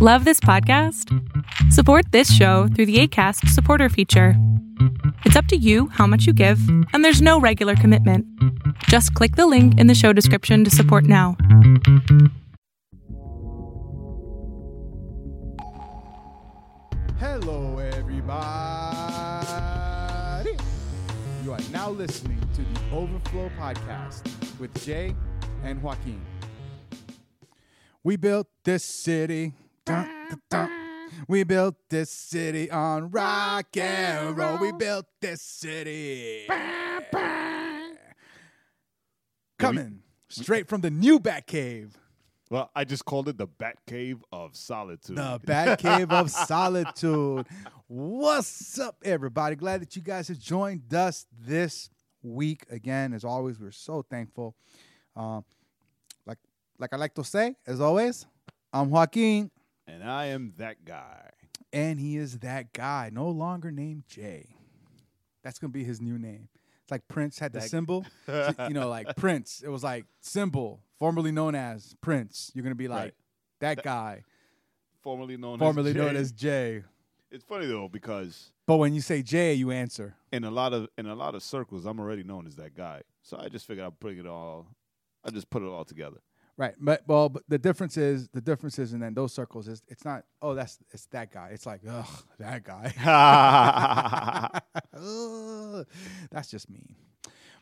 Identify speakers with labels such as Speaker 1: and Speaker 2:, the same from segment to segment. Speaker 1: Love this podcast? Support this show through the ACAST supporter feature. It's up to you how much you give, and there's no regular commitment. Just click the link in the show description to support now.
Speaker 2: Hello, everybody. You are now listening to the Overflow Podcast with Jay and Joaquin. We built this city. Dun, dun, dun. We built this city on rock and roll. We built this city. Coming straight from the new Batcave,
Speaker 3: Well, I just called it the Batcave of Solitude.
Speaker 2: the Batcave of Solitude. What's up, everybody? Glad that you guys have joined us this week again. As always, we're so thankful. Um, like, like I like to say, as always, I'm Joaquin.
Speaker 3: and I am that guy.
Speaker 2: and he is that guy, no longer named Jay. That's gonna be his new name. It's like Prince had the
Speaker 3: That-
Speaker 2: symbol, So, you know, like Prince. It was like symbol, formerly known as Prince. You're gonna be like
Speaker 3: Right.
Speaker 2: that, guy,
Speaker 3: Formerly known
Speaker 2: formerly
Speaker 3: as
Speaker 2: known
Speaker 3: Jay.
Speaker 2: as Jay.
Speaker 3: It's funny though because
Speaker 2: But when you say Jay, you answer.
Speaker 3: in a lot of in a lot of circles I'm already known as that guy. So I just figured I'd bring it all I just put it all together.
Speaker 2: Right, but well, but the difference is the difference is, and then those circles is it's not. Oh, that's it's that guy. It's like ugh, that guy. Ugh, That's just mean.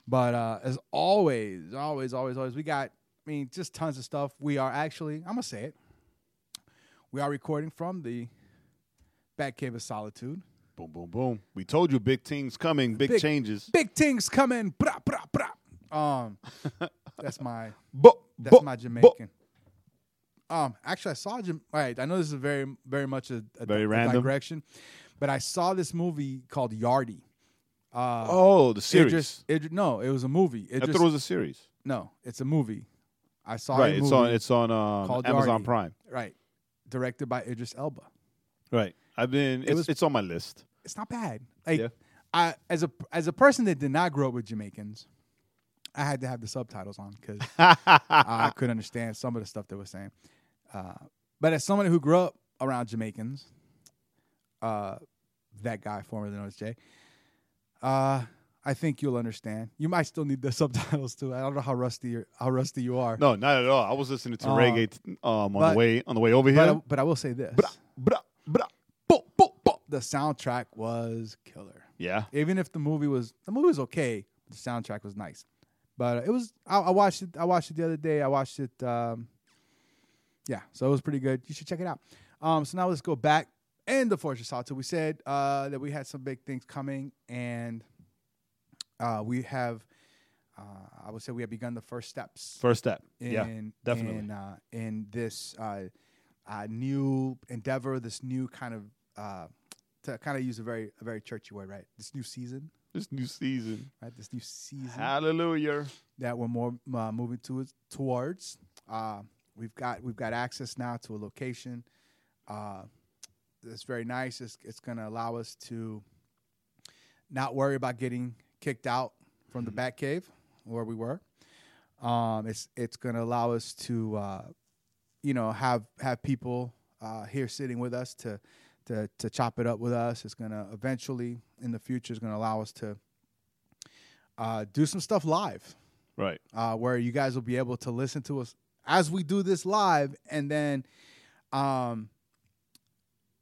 Speaker 2: But uh, as always, always, always, always, we got, I mean, just tons of stuff. We are actually, I'm going to say it. We are recording from the Batcave of Solitude.
Speaker 3: boom boom boom. We told you big things coming, big,
Speaker 2: Big-
Speaker 3: changes.
Speaker 2: Big things coming. Brah, brah, brah. Um, that's my
Speaker 3: Bo-
Speaker 2: that's
Speaker 3: bo-
Speaker 2: my
Speaker 3: bo-
Speaker 2: Jamaican. Um, actually, I saw. Jam- All right, I know this is very, very much a, a
Speaker 3: Very
Speaker 2: di- a
Speaker 3: random.
Speaker 2: digression, but I saw this movie called Yardie. Uh,
Speaker 3: Oh, the
Speaker 2: It
Speaker 3: series.
Speaker 2: Idris, Idris, no, it was a movie.
Speaker 3: I thought
Speaker 2: Idris,
Speaker 3: it was a series.
Speaker 2: no, it's a movie. I saw
Speaker 3: Right.
Speaker 2: a
Speaker 3: It's
Speaker 2: movie.
Speaker 3: on it's on um,
Speaker 2: called
Speaker 3: Amazon
Speaker 2: Yardi.
Speaker 3: Prime.
Speaker 2: right, directed by Idris Elba.
Speaker 3: Right. I've been it's,
Speaker 2: was-
Speaker 3: it's on my list.
Speaker 2: It's not bad. Like,
Speaker 3: Yeah.
Speaker 2: I as a as a person that did not grow up with Jamaicans, I had to have the subtitles on because I couldn't understand some of the stuff they were saying. Uh, but as someone who grew up around Jamaicans, uh, that guy formerly known as Jay, uh, I think you'll understand. You might still need the subtitles too. I don't know how rusty you're, how rusty you are.
Speaker 3: No, not at all. I was listening to
Speaker 2: Uh,
Speaker 3: reggae t- um, on
Speaker 2: but-
Speaker 3: the way on the way over
Speaker 2: But, I,
Speaker 3: here.
Speaker 2: but uh, I will say this:
Speaker 3: Bra, bra, bra.
Speaker 2: Boop, boop, boop. the soundtrack was killer.
Speaker 3: Yeah,
Speaker 2: Even if the movie was the movie was okay, the soundtrack was nice. But it was I, I watched it. I watched it the other day. I watched it. Um, yeah, so it was pretty good. You should check it out. Um, so now let's go back and the Fortress Salto. We said uh, that we had some big things coming, and uh, we have. Uh, I would say we have begun the first steps
Speaker 3: first step.
Speaker 2: in
Speaker 3: yeah, definitely.
Speaker 2: in, uh, in this uh, uh, new endeavor, this new kind of uh, to kind of use a very a very churchy word, right? This new season,
Speaker 3: this new season.
Speaker 2: right? This new season
Speaker 3: Hallelujah.
Speaker 2: that we're more uh, moving to towards. Uh, we've got we've got access now to a location. Uh, that's very nice. It's it's going to allow us to not worry about getting kicked out from the back cave where we were. Um, it's it's going to allow us to uh, you know have have people uh, here sitting with us to. To, to chop it up with us, it's gonna eventually in the future is gonna allow us to uh, do some stuff live
Speaker 3: Right.
Speaker 2: uh, where you guys will be able to listen to us as we do this live, and then, um,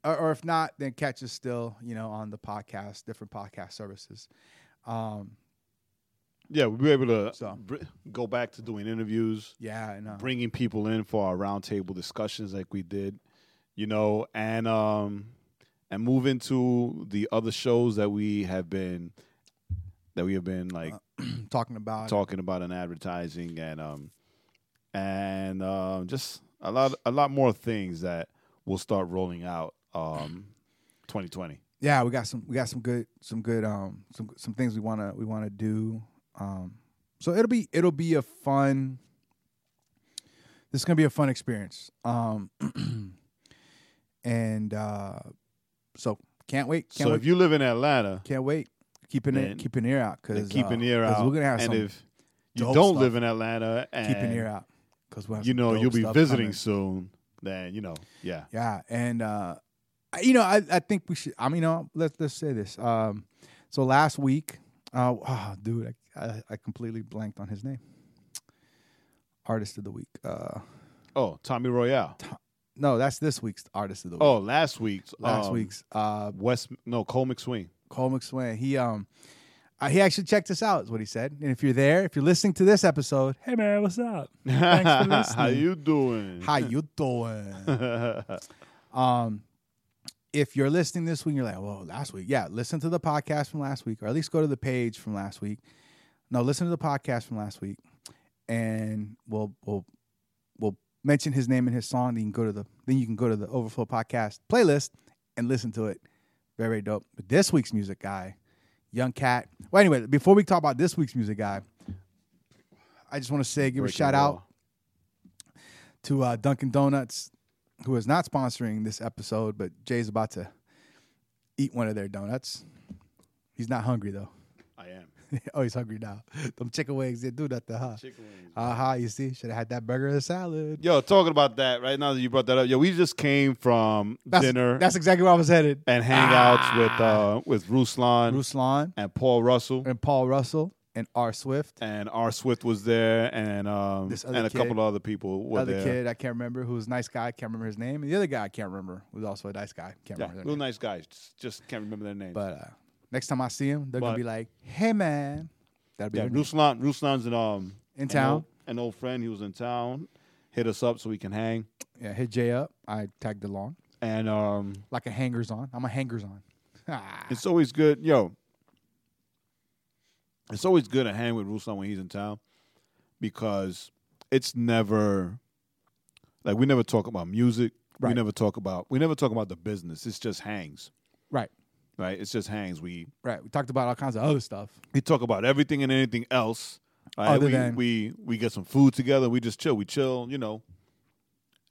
Speaker 2: or, or if not, then catch us still, you know, on the podcast, different podcast services. Um,
Speaker 3: Yeah, we'll be able to
Speaker 2: So.
Speaker 3: br- go back to doing interviews,
Speaker 2: yeah, and uh,
Speaker 3: bringing people in for our roundtable discussions like we did, you know, and um, and move into the other shows that we have been that we have been like
Speaker 2: talking about
Speaker 3: talking about and advertising and um and um just a lot a lot more things that will start rolling out um 2020
Speaker 2: yeah, we got some we got some good some good um some some things we wanna we wanna do. Um, so it'll be it'll be a fun. This is gonna be a fun experience. Um, and uh, so can't wait. Can't
Speaker 3: so
Speaker 2: wait.
Speaker 3: if you live in atlanta
Speaker 2: Can't wait. Keeping it,
Speaker 3: Then-
Speaker 2: keep an ear out,
Speaker 3: then
Speaker 2: cause
Speaker 3: keep
Speaker 2: uh,
Speaker 3: an ear
Speaker 2: 'cause
Speaker 3: out
Speaker 2: We're gonna have
Speaker 3: and
Speaker 2: some.
Speaker 3: if you
Speaker 2: dope
Speaker 3: don't
Speaker 2: stuff.
Speaker 3: live in atlanta and
Speaker 2: keep an ear out, cause we'll have
Speaker 3: you
Speaker 2: some
Speaker 3: know
Speaker 2: dope
Speaker 3: you'll be
Speaker 2: stuff
Speaker 3: visiting
Speaker 2: coming.
Speaker 3: soon then you know, yeah,
Speaker 2: Yeah, and uh, I- you know, I, I think we should. I mean, you know, let's let's say this. Um, so last week, uh, oh, dude, I, I I completely blanked on his name. Artist of the week. Uh,
Speaker 3: Oh, Tommy Royale.
Speaker 2: no, that's this week's artist of the week.
Speaker 3: Oh, last week's
Speaker 2: last
Speaker 3: um,
Speaker 2: week's uh,
Speaker 3: West. No, Cole McSween.
Speaker 2: Cole McSwain. He um, uh, he actually checked us out. Is what he said. And if you're there, if you're listening to this episode, hey man, what's up? for
Speaker 3: How
Speaker 2: listening.
Speaker 3: you doing?
Speaker 2: How you doing? Um, if you're listening this week, you're like, well, last week, yeah, listen to the podcast from last week, or at least go to the page from last week. No, listen to the podcast from last week, and we'll we'll we'll mention his name and his song. Then you can go to the then you can go to the Overflow podcast playlist and listen to it. Very very dope. But this week's music guy, Young Cat. Well, anyway, before we talk about this week's music guy, I just want to say give a
Speaker 3: Breaking
Speaker 2: shout
Speaker 3: the
Speaker 2: out
Speaker 3: law.
Speaker 2: to uh, Dunkin' Donuts, who is not sponsoring this episode, but Jay's about to eat one of their donuts. He's not hungry though.
Speaker 3: I am.
Speaker 2: oh, he's hungry now. Them chicken wings didn't do nothing, huh?
Speaker 3: Chicken wings.
Speaker 2: Aha, you see, should have had that burger and salad.
Speaker 3: Yo, talking about that right now that you brought that up. Yo, we just came from
Speaker 2: That's,
Speaker 3: dinner
Speaker 2: That's Ah. exactly where I was headed.
Speaker 3: and hangouts with uh with Ruslan
Speaker 2: Ruslan
Speaker 3: and Paul Russell
Speaker 2: and Paul Russell and R. Swift.
Speaker 3: and R Swift was there and um
Speaker 2: This other
Speaker 3: and a
Speaker 2: kid.
Speaker 3: couple of other people were
Speaker 2: Another
Speaker 3: there.
Speaker 2: kid I can't remember who was a nice guy, can't remember his name, and the other guy I can't remember was also a nice guy, can't
Speaker 3: Yeah,
Speaker 2: remember. Their
Speaker 3: real
Speaker 2: name.
Speaker 3: nice guys. Just, just can't remember their names.
Speaker 2: But uh, next time I see him, they're gonna
Speaker 3: But-
Speaker 2: be like, "Hey man," that'll be
Speaker 3: yeah,
Speaker 2: their name.
Speaker 3: Ruslan Ruslan's an um
Speaker 2: In
Speaker 3: an
Speaker 2: town.
Speaker 3: old- an old friend. He was in town. Hit us up so we can hang.
Speaker 2: Yeah, hit Jay up. I tagged along
Speaker 3: And um
Speaker 2: like a hangers on. I'm a hangers on.
Speaker 3: It's always good, yo. It's always good to hang with Ruslan when he's in town because it's never like we never talk about music. We
Speaker 2: Right.
Speaker 3: never talk about we never talk about the business. It's just hangs,
Speaker 2: right,
Speaker 3: right? It's just hangs. We
Speaker 2: right. We talked about all kinds of other stuff.
Speaker 3: we talk about everything and anything else. right?
Speaker 2: Other
Speaker 3: we,
Speaker 2: than-
Speaker 3: we we get some food together. We just chill. We chill, you know,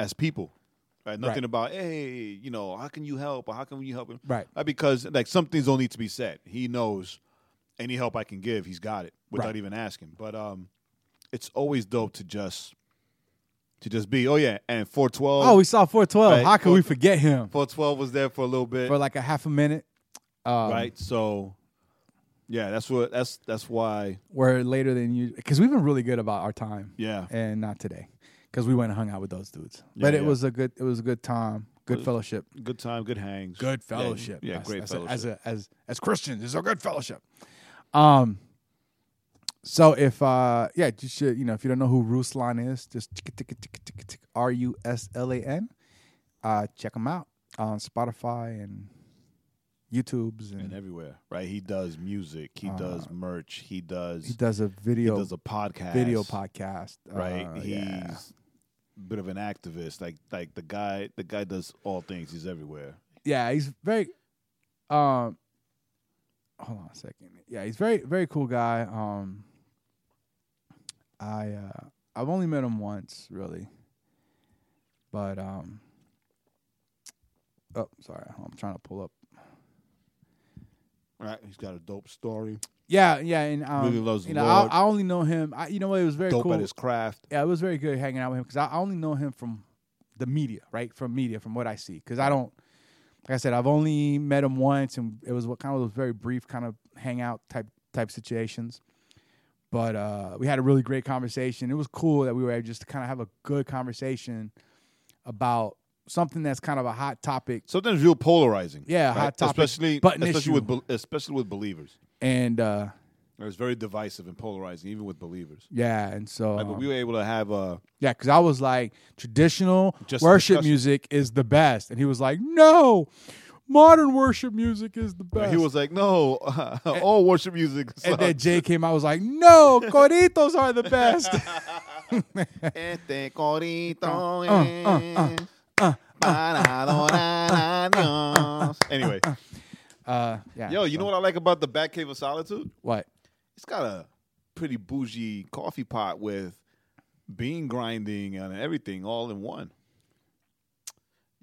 Speaker 3: as people, right? Nothing
Speaker 2: Right.
Speaker 3: about hey, you know, how can you help or how can you help him?
Speaker 2: Right.
Speaker 3: Uh, because like some things don't need to be said. He knows any help I can give, he's got it without
Speaker 2: Right.
Speaker 3: even asking. But um, it's always dope to just to just be. Oh yeah, and four twelve.
Speaker 2: Oh, we saw 412.
Speaker 3: Right.
Speaker 2: How could we forget him
Speaker 3: four twelve was there for a little bit,
Speaker 2: for like a half a minute? Um,
Speaker 3: right? So yeah, that's what that's that's why.
Speaker 2: Where later than you, because we've been really good about our time.
Speaker 3: Yeah,
Speaker 2: And not today, because we went and hung out with those dudes. but
Speaker 3: Yeah,
Speaker 2: it
Speaker 3: yeah.
Speaker 2: was a good, it was a good time, good fellowship,
Speaker 3: good time, good hangs, Yeah, Yeah,
Speaker 2: as-
Speaker 3: great
Speaker 2: as, a-
Speaker 3: fellowship.
Speaker 2: As a, as as Christians, it's a good fellowship. Um. So if uh yeah, you should you know if you don't know who Ruslan is, just R U S L A N. Uh, check him out on Spotify and YouTube's and,
Speaker 3: and everywhere, right? He does music, he does merch, he does
Speaker 2: Uh, he does a video
Speaker 3: he does a podcast,
Speaker 2: video podcast.
Speaker 3: right?
Speaker 2: Uh,
Speaker 3: He's
Speaker 2: yeah.
Speaker 3: a bit of an activist. Like like the guy the guy does all things. He's everywhere.
Speaker 2: yeah, he's very um hold on a second. Yeah, he's very very cool guy. Um I uh I've only met him once, really. But um Oh, sorry. I'm trying to pull up.
Speaker 3: Right. He's got a dope story.
Speaker 2: Yeah, yeah, and um,
Speaker 3: Really loves the
Speaker 2: you know, I,
Speaker 3: Lord.
Speaker 2: I only know him. I, you know what? It was very
Speaker 3: dope
Speaker 2: cool.
Speaker 3: at his craft.
Speaker 2: yeah, it was very good hanging out with him because I I only know him from the media, right? From media, from what I see. Because I don't, like I said, I've only met him once, and it was what kind of those very brief kind of hangout type type situations. But uh, we had a really great conversation. It was cool that we were able just to kind of have a good conversation about something that's kind of a hot topic
Speaker 3: Sometimes real polarizing.
Speaker 2: Yeah, hot topic,
Speaker 3: Especially
Speaker 2: button
Speaker 3: especially
Speaker 2: issue.
Speaker 3: with bel- especially with believers.
Speaker 2: and uh,
Speaker 3: It was very divisive and polarizing, even with believers.
Speaker 2: yeah, and so
Speaker 3: Like,
Speaker 2: um,
Speaker 3: but we were able to have a
Speaker 2: Yeah, because I was like, traditional
Speaker 3: Just
Speaker 2: worship
Speaker 3: discussion.
Speaker 2: music is the best. And he was like, no, modern worship music is the best.
Speaker 3: he was like, no, all worship music.
Speaker 2: and
Speaker 3: sucks.
Speaker 2: then Jay came out was like, no, coritos are the best.
Speaker 3: Este corito es para adorarnos. Anyway,
Speaker 2: uh, yeah.
Speaker 3: yo, you know what I like about the Batcave of Solitude?
Speaker 2: What?
Speaker 3: It's got a pretty bougie coffee pot with bean grinding and everything all in one.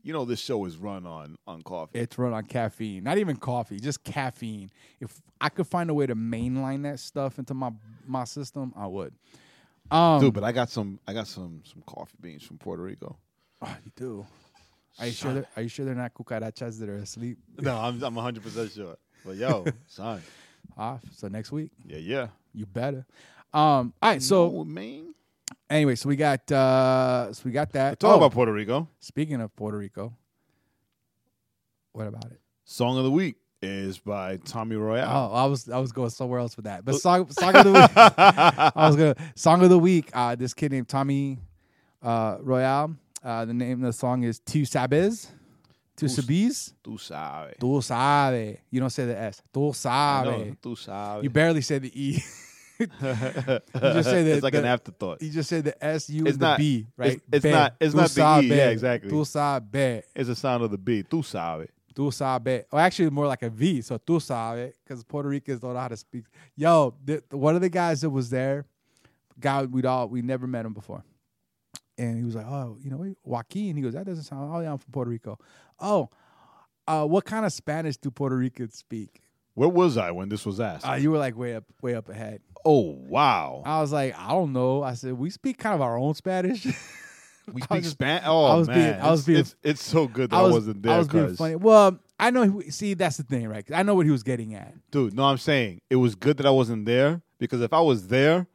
Speaker 3: You know this show is run on on coffee.
Speaker 2: It's run on caffeine. Not even coffee, just caffeine. If I could find a way to mainline that stuff into my, my system, I would. Um,
Speaker 3: Dude, but I got some I got some some coffee beans from Puerto Rico.
Speaker 2: Oh, you do. Are you sure? They're, are you sure they're not cucarachas that are asleep?
Speaker 3: No, I'm I'm 100 percent sure. But yo, son,
Speaker 2: Off. So next week,
Speaker 3: yeah, yeah.
Speaker 2: you better. Um. All right. So
Speaker 3: No, man,
Speaker 2: anyway, so we got uh, so we got that.
Speaker 3: talk
Speaker 2: Oh,
Speaker 3: about Puerto Rico.
Speaker 2: speaking of Puerto Rico, what about it?
Speaker 3: Song of the week is by Tommy Royale.
Speaker 2: Oh, I was I was going somewhere else with that. But song song of the week. I was gonna song of the week. Uh, this kid named Tommy uh, Royale. Uh, the name of the song is Tu Sabes. Tu
Speaker 3: Who's-
Speaker 2: Sabes.
Speaker 3: Tú sabes.
Speaker 2: Tu sabe. You don't say the S. Tu
Speaker 3: I know,
Speaker 2: sabe.
Speaker 3: Tú sabes.
Speaker 2: You barely say the E.
Speaker 3: just
Speaker 2: say that
Speaker 3: it's like
Speaker 2: the-
Speaker 3: an afterthought.
Speaker 2: you just say the S, U,
Speaker 3: It's
Speaker 2: and the
Speaker 3: not-
Speaker 2: B, right?
Speaker 3: it's- it's
Speaker 2: Be.
Speaker 3: not- it's
Speaker 2: Tu
Speaker 3: not the E. Yeah,
Speaker 2: sabe.
Speaker 3: exactly.
Speaker 2: Tu sabe.
Speaker 3: It's the sound of the beat. Tú sabes.
Speaker 2: Tu sabe. Or actually, more like a V. So tu sabe, because Puerto Ricans don't know how to speak. Yo, the, one of the guys that was there, guy we'd all we never met him before, and he was like, "Oh, you know, wait, Joaquin." He goes, "That doesn't sound. Oh, yeah, I'm from Puerto Rico. Oh, uh, what kind of Spanish do Puerto Ricans speak?"
Speaker 3: Where was I when this was asked?
Speaker 2: Uh, you were like way up, way up ahead.
Speaker 3: oh wow.
Speaker 2: I was like, "I don't know." I said, "We speak kind of our own Spanish."
Speaker 3: we
Speaker 2: I
Speaker 3: speak
Speaker 2: was just-
Speaker 3: Spanish. Oh
Speaker 2: I was
Speaker 3: man,
Speaker 2: being- I was
Speaker 3: It's-
Speaker 2: being-
Speaker 3: it's, it's so good that I, was, not there.
Speaker 2: I was being
Speaker 3: 'cause-
Speaker 2: funny. Well, I know. who- See, that's the thing, right? 'Cause I know what he was getting at.
Speaker 3: dude. No, I'm saying it was good that I wasn't there because if I was there,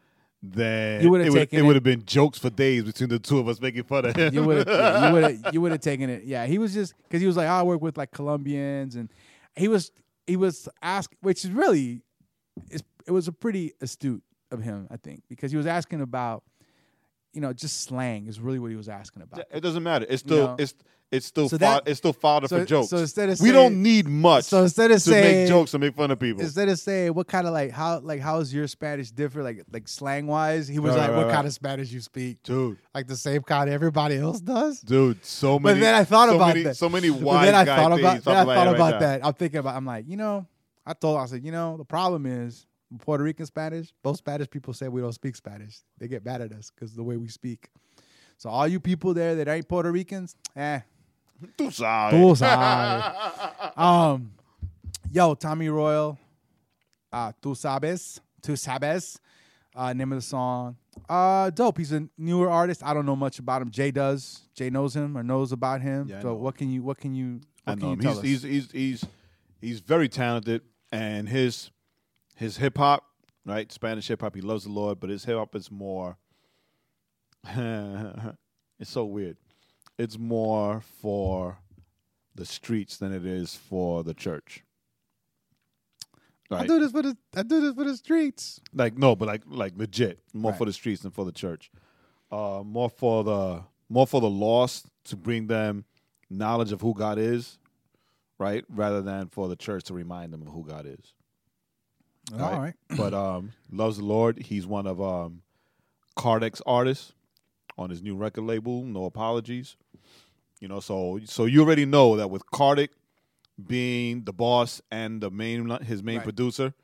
Speaker 3: then
Speaker 2: You would've
Speaker 3: it would
Speaker 2: taken
Speaker 3: it
Speaker 2: it-
Speaker 3: would have been jokes for days between the two of us making fun of him.
Speaker 2: you would have you would have you would have taken it. Yeah, he was just because he was like, "Oh, I work with like Colombians, and he was he was asked, which is really, it's, it was a pretty astute of him, I think, because he was asking about, you know, just slang is really what he was asking about.
Speaker 3: it doesn't matter. It's still
Speaker 2: know.
Speaker 3: it's it's still
Speaker 2: So
Speaker 3: so
Speaker 2: that-
Speaker 3: it's still fodder
Speaker 2: so-
Speaker 3: for jokes.
Speaker 2: so instead of
Speaker 3: we
Speaker 2: saying-
Speaker 3: don't need much
Speaker 2: So instead of
Speaker 3: to
Speaker 2: saying
Speaker 3: make jokes and make fun of people.
Speaker 2: Instead of saying what kind of like how like how is your Spanish different like like slang wise, he was
Speaker 3: Right,
Speaker 2: like
Speaker 3: right,
Speaker 2: what
Speaker 3: right.
Speaker 2: kind of Spanish you speak,
Speaker 3: Dude,
Speaker 2: like the same kind everybody else does.
Speaker 3: dude, so
Speaker 2: But
Speaker 3: many.
Speaker 2: then I thought
Speaker 3: so
Speaker 2: about
Speaker 3: many,
Speaker 2: that.
Speaker 3: So many
Speaker 2: But
Speaker 3: wise
Speaker 2: then I
Speaker 3: guy
Speaker 2: thought
Speaker 3: things.
Speaker 2: about,
Speaker 3: Talk
Speaker 2: then I
Speaker 3: it
Speaker 2: thought
Speaker 3: right
Speaker 2: about
Speaker 3: now.
Speaker 2: that. I'm thinking about. I'm like, you know, I told. Him, I said, you know, the problem is Puerto Rican Spanish. Both Spanish people say we don't speak Spanish. They get mad at us because the way we speak. So all you people there that ain't Puerto Ricans, eh?
Speaker 3: Tú sabes.
Speaker 2: Tú sabes. Um, yo, Tommy Royal, uh, tu sabes, tu sabes, uh, name of the song. Uh, dope. He's a newer artist. I don't know much about him. Jay does. Jay knows him or knows about him.
Speaker 3: Yeah, I
Speaker 2: so
Speaker 3: know
Speaker 2: what can you what can you what
Speaker 3: I
Speaker 2: can
Speaker 3: know
Speaker 2: you
Speaker 3: him.
Speaker 2: tell
Speaker 3: um, He's,
Speaker 2: us?
Speaker 3: he's he's he's he's very talented, and his his hip hop, right? Spanish hip hop. He loves the Lord, but his hip hop is more. it's so weird. It's more for the streets than it is for the church.
Speaker 2: I
Speaker 3: Right?
Speaker 2: do this for the I do this for the streets.
Speaker 3: Like no, but like like legit, more
Speaker 2: Right.
Speaker 3: for the streets than for the church. Uh, more for the more for the lost to bring them knowledge of who God is, right? Rather than for the church to remind them of who God is.
Speaker 2: All right.
Speaker 3: But um, loves the Lord. He's one of um, Cardec's artists on his new record label. No apologies. You know, so so you already know that with Cardec being the boss and the main his main
Speaker 2: Right.
Speaker 3: producer,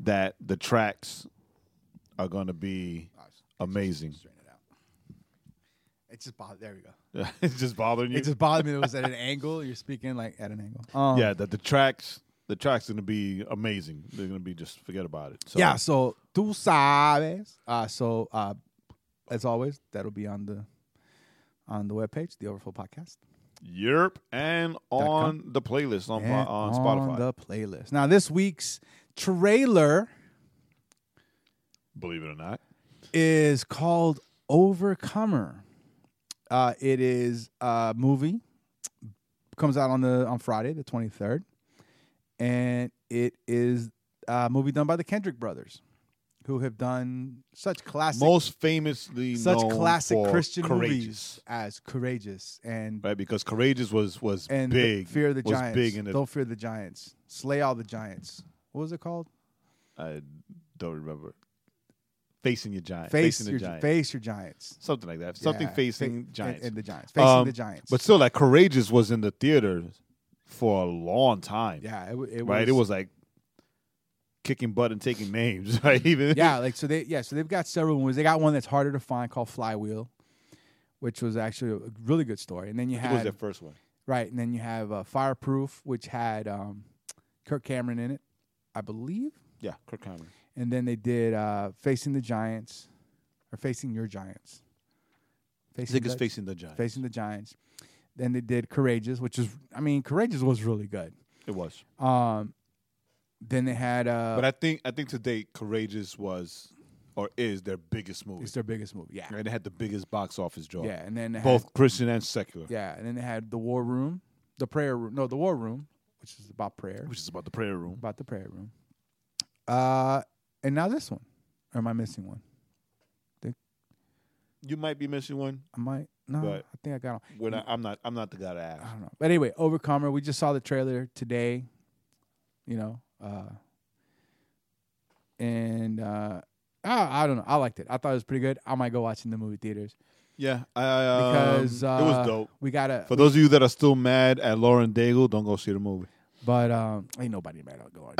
Speaker 3: that the tracks are going to be amazing.
Speaker 2: Straighten it out. It just bothered. There we go.
Speaker 3: it's just bothering you.
Speaker 2: It just bothered me. that It was at an angle. You're speaking like at an angle. Um,
Speaker 3: yeah, that the tracks the tracks going to be amazing. They're going to be just forget about it. So,
Speaker 2: yeah. So tú sabes. Uh, so uh, as always, that'll be on the on the webpage, the Overflow Podcast,
Speaker 3: Europe and
Speaker 2: com.
Speaker 3: on the playlist on
Speaker 2: and
Speaker 3: on, on Spotify.
Speaker 2: the playlist. Now this week's trailer
Speaker 3: believe it or not.
Speaker 2: is called Overcomer. Uh, it is a movie comes out on the on Friday the twenty third, and it is a movie done by the Kendrick brothers, who have done such classic
Speaker 3: Most famously
Speaker 2: such
Speaker 3: known
Speaker 2: classic
Speaker 3: for
Speaker 2: Christian
Speaker 3: Courageous,
Speaker 2: movies as Courageous and
Speaker 3: right? Because Courageous was was
Speaker 2: and
Speaker 3: big.
Speaker 2: Fear the
Speaker 3: was
Speaker 2: Giants.
Speaker 3: big in the.
Speaker 2: Don't fear the Giants. Slay all the Giants. What was it called?
Speaker 3: I don't remember. Facing your giant.
Speaker 2: Face
Speaker 3: Uh, facing
Speaker 2: your
Speaker 3: the giant.
Speaker 2: face your Giants.
Speaker 3: Something like that. Something
Speaker 2: Yeah. Fa-
Speaker 3: facing
Speaker 2: and-
Speaker 3: giants.
Speaker 2: and, the Giants. Facing
Speaker 3: Um,
Speaker 2: the Giants.
Speaker 3: But still, like Courageous was in the theaters for a long time.
Speaker 2: yeah, it, w- it was,
Speaker 3: right. it was like kicking butt and taking names. Right. Even
Speaker 2: yeah, like so they yeah, so they've got several ones. They got one that's harder to find called Flywheel, which was actually a really good story. And then you
Speaker 3: I think it was
Speaker 2: had
Speaker 3: their first one.
Speaker 2: right, and then you have uh, Fireproof, which had um, Kirk Cameron in it, I believe.
Speaker 3: Yeah, Kirk Cameron.
Speaker 2: And then they did uh, Facing the Giants or Facing Your Giants. Facing
Speaker 3: Zig is
Speaker 2: the-
Speaker 3: facing the Giants.
Speaker 2: facing the Giants. Then they did Courageous, which is I mean Courageous was really good.
Speaker 3: It was,
Speaker 2: Um, then they had uh,
Speaker 3: but I think I think today Courageous was or is their biggest movie,
Speaker 2: it's their biggest movie, yeah,
Speaker 3: and it had the biggest box office draw.
Speaker 2: yeah, and then they
Speaker 3: both Christian and secular,
Speaker 2: had, yeah, and then they had the War Room, the Prayer Room, no, the War Room, which is about prayer,
Speaker 3: which is about the prayer room.
Speaker 2: about the prayer room. Uh, and now this one, or am I missing one?
Speaker 3: You might be missing one.
Speaker 2: I might no,
Speaker 3: But-
Speaker 2: I think I got on.
Speaker 3: When I, I'm not, I'm not the guy to ask.
Speaker 2: I don't know. But anyway, Overcomer. We just saw the trailer today. You know, uh, and uh, I, I don't know. I liked it. I thought it was pretty good. I might go watch it in the movie theaters
Speaker 3: Yeah, um,
Speaker 2: because uh,
Speaker 3: it was dope.
Speaker 2: We gotta,
Speaker 3: For those of you that are still mad at Lauren Daigle, don't go see the movie.
Speaker 2: but um, ain't nobody mad. I'll go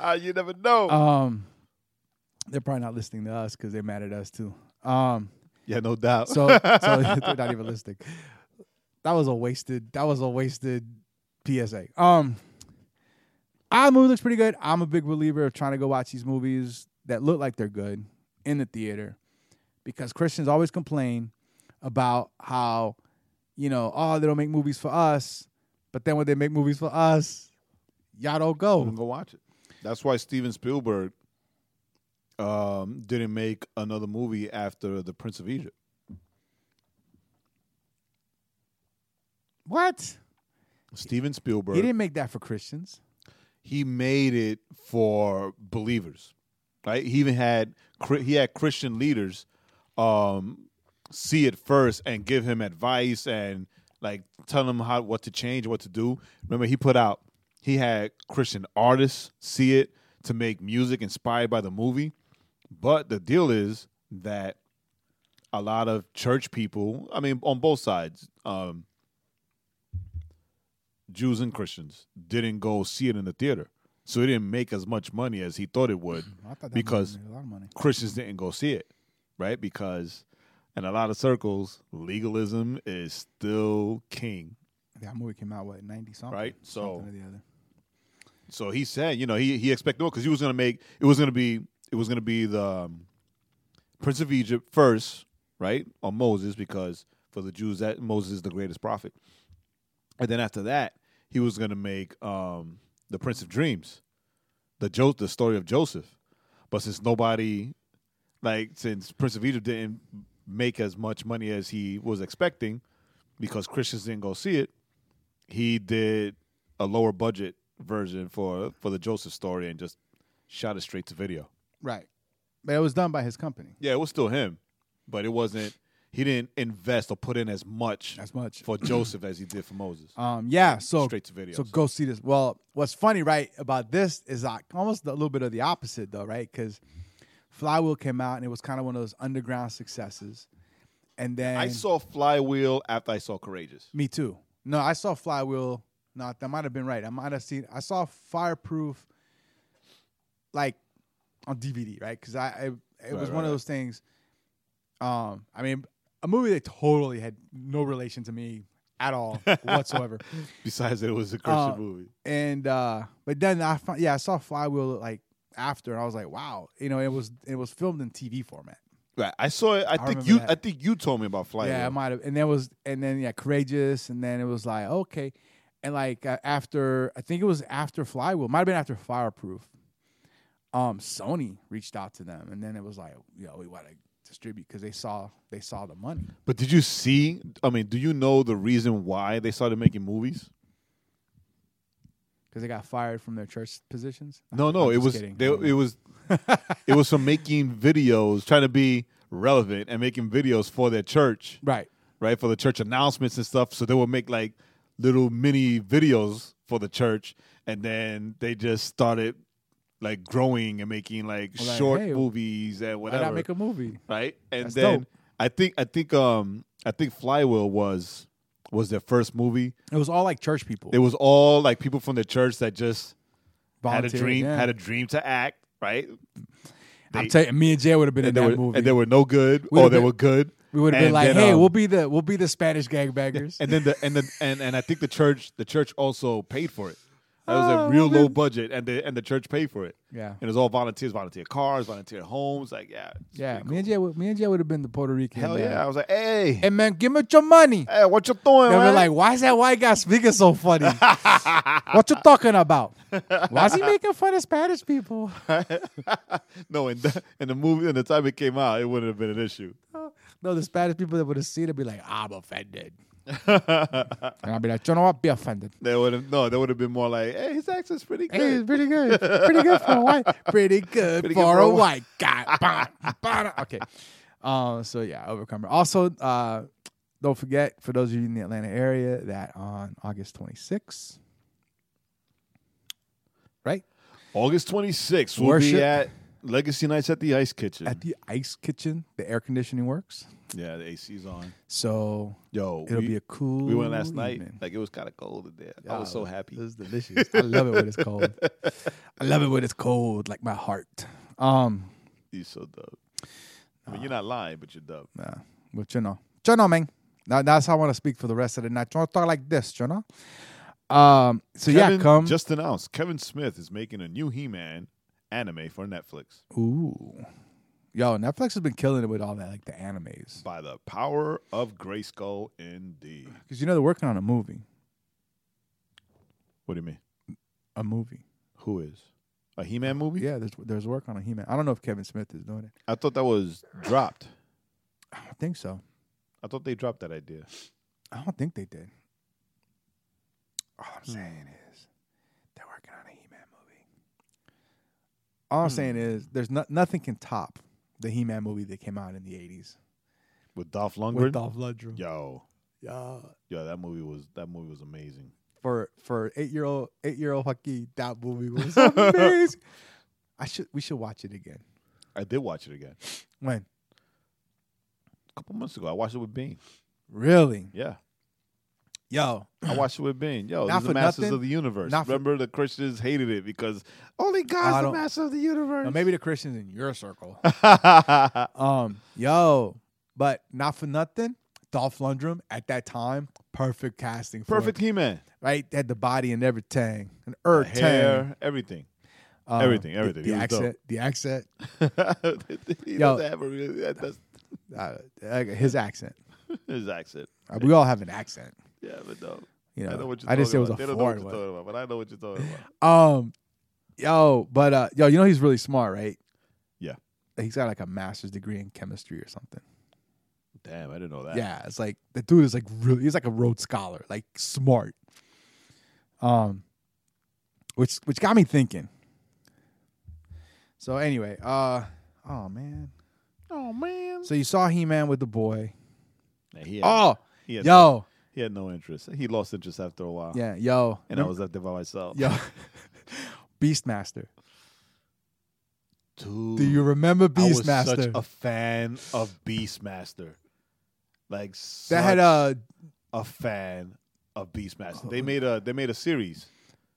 Speaker 2: watch
Speaker 3: you never know.
Speaker 2: it. um, they're probably not listening to us because they're mad at us too. Um,
Speaker 3: yeah, no doubt.
Speaker 2: so so they're not even listening. That was a wasted. That was a wasted PSA. Um, ah, the movie looks pretty good. I'm a big believer of trying to go watch these movies that look like they're good in the theater, because Christians always complain about how, you know, oh they don't make movies for us, but then when they make movies for us, y'all don't
Speaker 3: Don't
Speaker 2: go.
Speaker 3: go watch it. That's why Steven Spielberg um, didn't make another movie after The Prince of Egypt.
Speaker 2: What?
Speaker 3: Steven Spielberg,
Speaker 2: He
Speaker 3: he,
Speaker 2: didn't make that for Christians.
Speaker 3: made it for believers, right? He even had Chri- he had Christian leaders um, see it first and give him advice and like tell him how what to change, what to do. Remember, he put out he had Christian artists see it to make music inspired by the movie. But the deal is that a lot of church people, I mean, on both sides, um, Jews and Christians, didn't go see it in the theater. So it didn't make as much money as he thought it would
Speaker 2: I thought that
Speaker 3: Because-
Speaker 2: movie made a lot of money.
Speaker 3: Christians didn't go see it, right? Because in a lot of circles, legalism is still king.
Speaker 2: That movie came out what ninety something,
Speaker 3: Right, so-
Speaker 2: something or the other.
Speaker 3: So he said, you know, he he expected because he was going to make it was going to be it was going to be the um, Prince of Egypt first, right, on Moses because for the Jews that Moses is the greatest prophet, and then after that he was going to make um, the Prince of Dreams, the jo- the story of Joseph, but since nobody, like since Prince of Egypt didn't make as much money as he was expecting, because Christians didn't go see it, he did a lower budget version for for the Joseph story and just shot it straight to video.
Speaker 2: Right. But it was done by his company.
Speaker 3: Yeah, it was still him, but it wasn't. He didn't invest or put in as much
Speaker 2: As much.
Speaker 3: for Joseph as he did for Moses.
Speaker 2: Um, yeah, so
Speaker 3: Straight to video.
Speaker 2: So go see this. Well, what's funny, right, about this is like almost a little bit of the opposite, though, right? Because Flywheel came out and it was kind of one of those underground successes. And then
Speaker 3: I saw Flywheel after I saw Courageous.
Speaker 2: me too. No, I saw Flywheel. No, that might have been right. I might have seen. I saw Fireproof, like on DVD, right? Because I, I it was
Speaker 3: right,
Speaker 2: one
Speaker 3: right.
Speaker 2: of those things. Um, I mean, a movie that totally had no relation to me at all whatsoever.
Speaker 3: Besides, that it was a Christian
Speaker 2: Uh,
Speaker 3: movie.
Speaker 2: and uh but then I found, yeah I saw Flywheel like after and I was like wow you know it was it was filmed in TV format
Speaker 3: Right, I saw it. I, think
Speaker 2: remember
Speaker 3: you.
Speaker 2: that.
Speaker 3: I think you told me about Flywheel.
Speaker 2: yeah I might have and then was and then yeah courageous and then it was like okay and like uh, after I think it was after Flywheel might have been after Fireproof um Sony reached out to them and then it was like you know we want to distribute because they saw they saw the money
Speaker 3: But did you see? I mean, do you know the reason why they started making movies?
Speaker 2: because they got fired from their church positions
Speaker 3: No, no,
Speaker 2: I'm
Speaker 3: it
Speaker 2: just
Speaker 3: was
Speaker 2: kidding.
Speaker 3: they,
Speaker 2: I don't
Speaker 3: it was it was from making videos, trying to be relevant and making videos for their church,
Speaker 2: right
Speaker 3: right? For the church announcements and stuff. So they would make like little mini videos for the church, and then they just started like growing and making like,
Speaker 2: Like,
Speaker 3: short
Speaker 2: hey,
Speaker 3: movies and
Speaker 2: why
Speaker 3: whatever
Speaker 2: not make a movie
Speaker 3: right? And
Speaker 2: That's
Speaker 3: then
Speaker 2: dope.
Speaker 3: I think I think um I think Flywheel was was their first movie.
Speaker 2: it was all like church people
Speaker 3: It was all like people from the church that just had a
Speaker 2: Volunteers,
Speaker 3: dream,
Speaker 2: yeah.
Speaker 3: had a dream to act, right?
Speaker 2: I'm
Speaker 3: They-
Speaker 2: telling you, me and Jay would have been in
Speaker 3: And they
Speaker 2: that
Speaker 3: were
Speaker 2: movie.
Speaker 3: and they were no good
Speaker 2: We'd
Speaker 3: or
Speaker 2: have
Speaker 3: they
Speaker 2: been-
Speaker 3: were good.
Speaker 2: we would have been
Speaker 3: And
Speaker 2: like,
Speaker 3: then,
Speaker 2: "Hey,
Speaker 3: um,
Speaker 2: we'll be the we'll be the Spanish gangbangers."
Speaker 3: and then the and the and, and I think the church the church also paid for it. It was
Speaker 2: Oh,
Speaker 3: a real
Speaker 2: well,
Speaker 3: low budget, and the and the church paid for it.
Speaker 2: Yeah.
Speaker 3: And it was all volunteers, volunteer cars, volunteer homes. Like, yeah, it's
Speaker 2: Yeah,
Speaker 3: pretty
Speaker 2: me and Jay, would- me and Jay would have been the Puerto Rican.
Speaker 3: cool. hell
Speaker 2: man.
Speaker 3: yeah. I was like, hey,
Speaker 2: Hey man, give me your money.
Speaker 3: hey, what you doing?
Speaker 2: They were
Speaker 3: man?
Speaker 2: like, why is that white guy speaking so funny? what you talking about? Why is he making fun of Spanish people?
Speaker 3: no, in the in the movie, in the time it came out, it wouldn't have been an issue.
Speaker 2: No, the Spanish people that would have seen it be like, I'm offended. and I'd be like, you know what? Be offended.
Speaker 3: They would have no. They would have been more like, hey, his accent's pretty good.
Speaker 2: Hey, it's pretty good. Pretty good for a white. Pretty good
Speaker 3: Pretty good
Speaker 2: for
Speaker 3: for
Speaker 2: a
Speaker 3: a
Speaker 2: white guy. Bah, bah. okay. Um, so yeah, Overcomer. Also, uh, don't forget for those of you in the Atlanta area that on August 26th, right
Speaker 3: August 26th, we'll
Speaker 2: Worship.
Speaker 3: be at Legacy Nights at the Ice Kitchen.
Speaker 2: at the Ice Kitchen, the air conditioning works.
Speaker 3: yeah, the AC's on.
Speaker 2: So
Speaker 3: Yo,
Speaker 2: it'll
Speaker 3: we,
Speaker 2: be a cool.
Speaker 3: we went last night.
Speaker 2: evening.
Speaker 3: Like it was kind of cold in there. I
Speaker 2: Yeah,
Speaker 3: was so happy.
Speaker 2: It was delicious. I love it when it's cold. I love it when it's cold, like my heart. Um,
Speaker 3: He's so dope. I mean, you're not lying, but you're dope.
Speaker 2: Nah, but you know, you know, man. Now, that's how I want to speak for the rest of the night. You want to talk like this, you know? Um, so yeah,
Speaker 3: Kevin
Speaker 2: come.
Speaker 3: Just announced Kevin Smith is making a new He-Man anime for Netflix
Speaker 2: Ooh, yo, Netflix has been killing it with all that, like the animes,
Speaker 3: by the power of Grayskull, indeed.
Speaker 2: because you know they're working on a movie,
Speaker 3: What do you mean?
Speaker 2: a movie.
Speaker 3: Who is a He-Man movie?
Speaker 2: Yeah, there's there's work on a He-Man. I don't know if Kevin Smith is doing it.
Speaker 3: I thought that was dropped.
Speaker 2: I don't think so.
Speaker 3: I thought they dropped that idea.
Speaker 2: I don't think they did. All I'm
Speaker 3: Hmm.
Speaker 2: saying is they're working on a He-Man movie. All I'm
Speaker 3: Hmm.
Speaker 2: saying is there's no, nothing can top the He-Man movie that came out in the '80s
Speaker 3: with Dolph Lundgren.
Speaker 2: with Dolph Lundgren.
Speaker 3: yo,
Speaker 2: Yeah.
Speaker 3: yo, that movie was that movie was amazing.
Speaker 2: For for eight year old eight year old Haki, that movie was amazing. I should we should watch it again.
Speaker 3: I did watch it again
Speaker 2: When
Speaker 3: a couple months ago. I watched it with Bean.
Speaker 2: really,
Speaker 3: Yeah,
Speaker 2: yo,
Speaker 3: I watched it with Bean. Yo,
Speaker 2: Not
Speaker 3: this
Speaker 2: for
Speaker 3: is the Masters
Speaker 2: nothing.
Speaker 3: of the Universe.
Speaker 2: Not for-
Speaker 3: Remember the Christians hated it because only
Speaker 2: I
Speaker 3: God's the
Speaker 2: don't-
Speaker 3: Master of the Universe.
Speaker 2: now maybe the Christians in your circle,
Speaker 3: yeah,
Speaker 2: um, yo, but not for nothing. Dolph Lundgren at that time, perfect casting, for
Speaker 3: perfect
Speaker 2: him,
Speaker 3: He-Man.
Speaker 2: right? Had the body and everything, an
Speaker 3: The
Speaker 2: earth Uh,
Speaker 3: hair, everything. everything, everything.
Speaker 2: The,
Speaker 3: He was dope.
Speaker 2: accent, the accent,
Speaker 3: he
Speaker 2: Yo.
Speaker 3: doesn't have a real, that's
Speaker 2: uh, uh, his accent.
Speaker 3: his accent.
Speaker 2: Uh, we all have an accent,
Speaker 3: Yeah, but no.
Speaker 2: you know.
Speaker 3: I know what you're
Speaker 2: I
Speaker 3: talking
Speaker 2: just say it was
Speaker 3: about.
Speaker 2: a
Speaker 3: they don't know what
Speaker 2: foreign
Speaker 3: you're
Speaker 2: one.
Speaker 3: talking about, but I know what you're talking about.
Speaker 2: Um, yo, but uh, yo, you know he's really smart, right?
Speaker 3: Yeah.
Speaker 2: he's got like a master's degree in chemistry or something.
Speaker 3: Damn, I didn't know that.
Speaker 2: Yeah, it's like the dude is like really, he's like a Rhodes scholar, like smart. Um, which which got me thinking. So anyway, uh, oh man,
Speaker 3: Oh man.
Speaker 2: so you saw He Man with the boy.
Speaker 3: Yeah, he had,
Speaker 2: Oh,
Speaker 3: he had no-
Speaker 2: yo,
Speaker 3: he had no interest. He lost interest after a while.
Speaker 2: yeah, yo,
Speaker 3: Oh. and I was left there by myself.
Speaker 2: yo, Beastmaster.
Speaker 3: dude,
Speaker 2: Do you remember
Speaker 3: I was
Speaker 2: Beastmaster?
Speaker 3: such a fan of Beastmaster. Like
Speaker 2: that had uh,
Speaker 3: a fan of Beastmaster. They made a they made a series.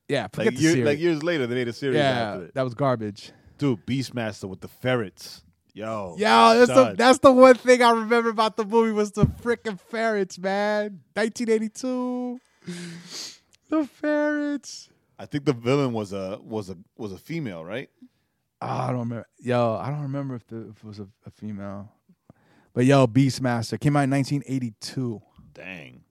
Speaker 2: yeah, Oh. forget
Speaker 3: Like,
Speaker 2: the
Speaker 3: year,
Speaker 2: series.
Speaker 3: like years later, they made a series after
Speaker 2: Yeah,
Speaker 3: it.
Speaker 2: that was garbage.
Speaker 3: Dude, Beastmaster with the ferrets. Yo,
Speaker 2: Yeah, that's the,
Speaker 3: son.
Speaker 2: that's the one thing I remember about the movie was the freaking ferrets, man. 1982. The ferrets.
Speaker 3: I think the villain was a was a was a female, right?
Speaker 2: Oh, I don't remember. Yo, I don't remember if, the, if it was a, a female. But yo, Beastmaster came out in 1982.
Speaker 3: Dang.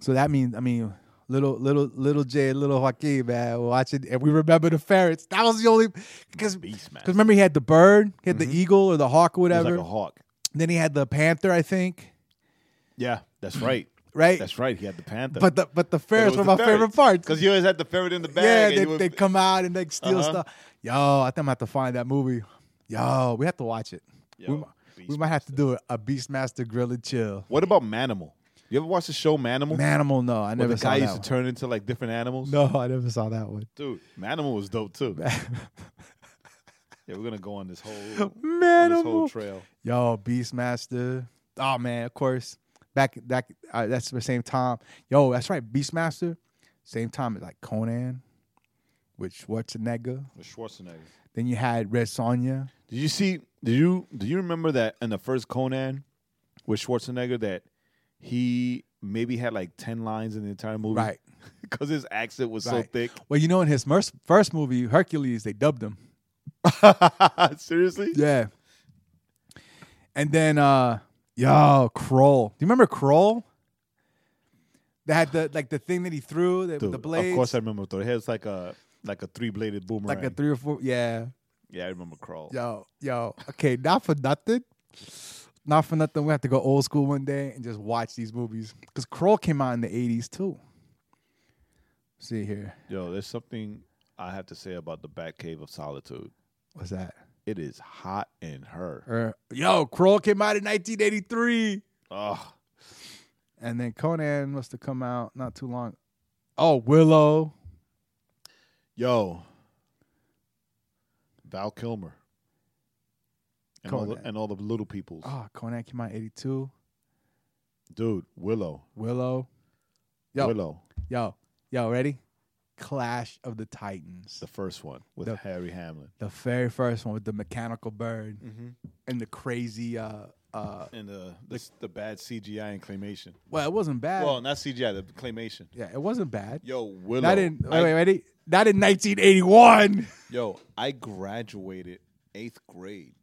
Speaker 2: So that means, I mean, little little little Jay, little Joaquin, man, watching, and we remember the ferrets. That was the only because
Speaker 3: Beastmaster.
Speaker 2: remember he had the bird, he had the eagle or the hawk or
Speaker 3: Mm-hmm. He was
Speaker 2: whatever.
Speaker 3: like a hawk.
Speaker 2: then he had the panther, I think.
Speaker 3: Yeah, that's right.
Speaker 2: Right?
Speaker 3: That's right. He had the panther.
Speaker 2: But the but the ferrets were my favorite parts.
Speaker 3: because you always had the ferret in the bag.
Speaker 2: yeah,
Speaker 3: and
Speaker 2: they,
Speaker 3: you would-
Speaker 2: they come out and they steal
Speaker 3: Uh-huh.
Speaker 2: stuff. Yo, I think I'm gonna have to find that movie. Yo, we have to watch it.
Speaker 3: Yo,
Speaker 2: we, mi- we might have to do a, a Beastmaster Grill and Chill.
Speaker 3: What about Manimal? You ever watch the show Manimal?
Speaker 2: Manimal, no, I
Speaker 3: Where
Speaker 2: never
Speaker 3: the
Speaker 2: saw
Speaker 3: guy
Speaker 2: that
Speaker 3: used
Speaker 2: one.
Speaker 3: to turn into like different animals.
Speaker 2: no, I never saw that one.
Speaker 3: Dude, Manimal was dope too. yeah, we're gonna go on this whole on this whole
Speaker 2: Manimal.
Speaker 3: trail.
Speaker 2: Yo, Beastmaster. Oh man, of course. Back back uh, that's the same time. Yo, that's right, Beastmaster. Same time as like Conan with Schwarzenegger.
Speaker 3: With Schwarzenegger.
Speaker 2: Then you had Red Sonja.
Speaker 3: Did you see? Do you do you remember that in the first Conan with Schwarzenegger that he maybe had like ten lines in the entire movie,
Speaker 2: Right.
Speaker 3: Because his accent was so
Speaker 2: Right.
Speaker 3: thick.
Speaker 2: Well, you know, in his first, first movie, Hercules, they dubbed him.
Speaker 3: Seriously?
Speaker 2: Yeah. And then, uh, yo, Kroll. Do you remember Kroll? That had the like the thing that he threw that, with
Speaker 3: Dude,
Speaker 2: the blades.
Speaker 3: Of course, I remember Thor. It has like a like a three bladed boomerang.
Speaker 2: like a three or four. Yeah.
Speaker 3: yeah, I remember Crawl.
Speaker 2: Yo, yo. Okay, not for nothing. Not for nothing. We have to go old school one day and just watch these movies because Kroll came out in the '80s too. See here,
Speaker 3: Yo, there's something I have to say about the Batcave of Solitude.
Speaker 2: what's that?
Speaker 3: It is hot in her.
Speaker 2: Or yo, Kroll came out in 1983.
Speaker 3: Ugh.
Speaker 2: And then Conan must have come out not too long. Oh, Willow.
Speaker 3: Yo, Val Kilmer. And all, the,
Speaker 2: Conan.
Speaker 3: and all the little peoples.
Speaker 2: Oh, Conan came out in 82.
Speaker 3: Dude, Willow.
Speaker 2: Willow. Yo.
Speaker 3: Willow,
Speaker 2: Yo, yo, ready? Clash of the Titans.
Speaker 3: the first one with
Speaker 2: The-
Speaker 3: Harry Hamlin.
Speaker 2: The very first one with the mechanical bird
Speaker 3: Mm-hmm.
Speaker 2: and the crazy uh uh
Speaker 3: And the, the, the bad CGI and claymation.
Speaker 2: well, it wasn't bad.
Speaker 3: Well, not CGI, the claymation.
Speaker 2: yeah, it wasn't bad.
Speaker 3: Yo, Willow.
Speaker 2: Not in
Speaker 3: I-
Speaker 2: wait, wait, ready? Not in 1981.
Speaker 3: Yo, I graduated eighth grade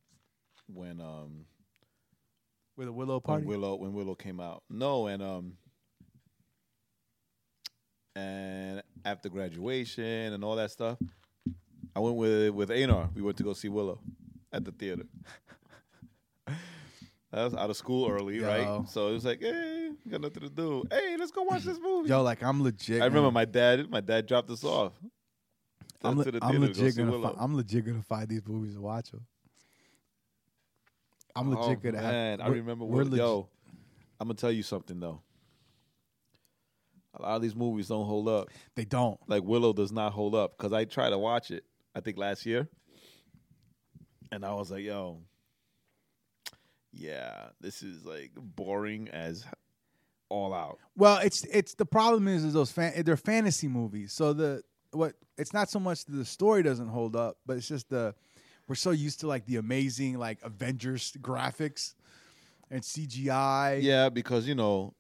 Speaker 3: when um
Speaker 2: With a Willow
Speaker 3: when Willow when Willow came out. No, and um and after graduation and all that stuff, I went with with Anar. We went to go see Willow at the theater. I was out of school early,
Speaker 2: Yo.
Speaker 3: right? So it was like, hey, got nothing to do. Hey, let's go watch this movie.
Speaker 2: Yo, like I'm legit.
Speaker 3: I remember
Speaker 2: gonna-
Speaker 3: my dad. My dad dropped us off. to-
Speaker 2: I'm, le-
Speaker 3: to the
Speaker 2: I'm
Speaker 3: theater to go
Speaker 2: legit
Speaker 3: see
Speaker 2: gonna
Speaker 3: Willow.
Speaker 2: fi- I'm legit gonna find these movies and watch them. I'm legit
Speaker 3: oh,
Speaker 2: gonna have-
Speaker 3: man, I
Speaker 2: we're-
Speaker 3: remember.
Speaker 2: we're
Speaker 3: We're
Speaker 2: legit-
Speaker 3: yo, I'm gonna tell you something though. A lot of these movies don't hold up.
Speaker 2: They don't.
Speaker 3: Like Willow does not hold up because I tried to watch it. I think last year, and I was like, yo, yeah, this is like boring as all out.
Speaker 2: Well, it's it's the problem is is those fan, they're fantasy movies. So the what it's not so much that the story doesn't hold up, but it's just the we're so used to like the amazing like Avengers graphics and CGI.
Speaker 3: Yeah, because you know,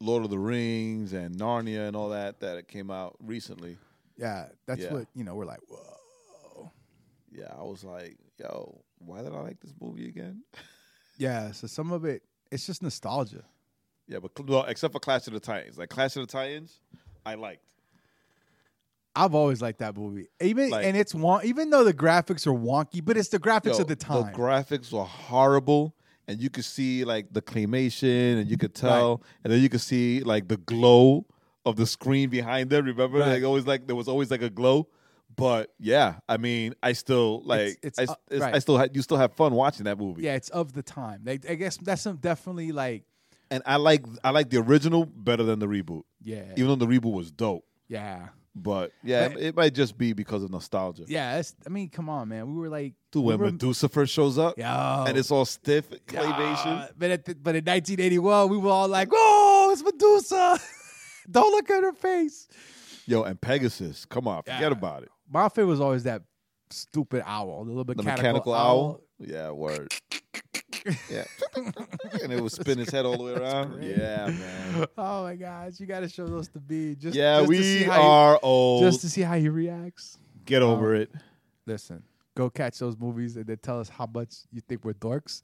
Speaker 3: Lord of the Rings and Narnia and all that that came out recently.
Speaker 2: yeah that's
Speaker 3: Yeah.
Speaker 2: what you know. We're like, whoa,
Speaker 3: Yeah, I was like, yo, why did I like this movie again?
Speaker 2: yeah. So some of it, it's just nostalgia.
Speaker 3: Yeah, but well, except for Clash of the Titans. Like Clash of the Titans, I liked.
Speaker 2: I've always liked that movie, even
Speaker 3: Like-
Speaker 2: and it's won- even though the graphics are wonky, but it's the graphics
Speaker 3: Yo,
Speaker 2: of the time.
Speaker 3: graphics were horrible, and you could see like the claymation, and you could tell, and then you could see like the glow of the screen behind them. Remember,
Speaker 2: Right.
Speaker 3: like always, like there was always like a glow. But yeah, I mean, I still like,
Speaker 2: it's
Speaker 3: I,
Speaker 2: up-
Speaker 3: it's-
Speaker 2: right.
Speaker 3: I still had you still have fun watching that movie.
Speaker 2: yeah, it's of the time. Like, I guess that's some definitely like
Speaker 3: and I like I like the original better than the reboot,
Speaker 2: yeah,
Speaker 3: even though the reboot was dope.
Speaker 2: yeah.
Speaker 3: But yeah,
Speaker 2: Right.
Speaker 3: it, it might just be because of nostalgia.
Speaker 2: Yeah, that's, I mean, come on, man. We were like,
Speaker 3: Dude,
Speaker 2: we
Speaker 3: when Medusa first shows up,
Speaker 2: yo,
Speaker 3: and it's all stiff
Speaker 2: yeah.
Speaker 3: claymation.
Speaker 2: But at the, but in 1981, we were all like, "Whoa, it's Medusa! Don't look at her face."
Speaker 3: Yo, and Pegasus, come on, forget
Speaker 2: Yeah.
Speaker 3: about it.
Speaker 2: My favorite was always that stupid owl, the little
Speaker 3: The
Speaker 2: mechanical,
Speaker 3: mechanical owl. Yeah, word. yeah, and it would spin its head all the way around.
Speaker 2: great.
Speaker 3: Yeah, man.
Speaker 2: Oh my gosh, you got to show those to be just
Speaker 3: yeah,
Speaker 2: just to see
Speaker 3: we
Speaker 2: how he-
Speaker 3: are old.
Speaker 2: just to see how he reacts.
Speaker 3: Get over it.
Speaker 2: Listen, go catch those movies and then tell us how much you think we're dorks,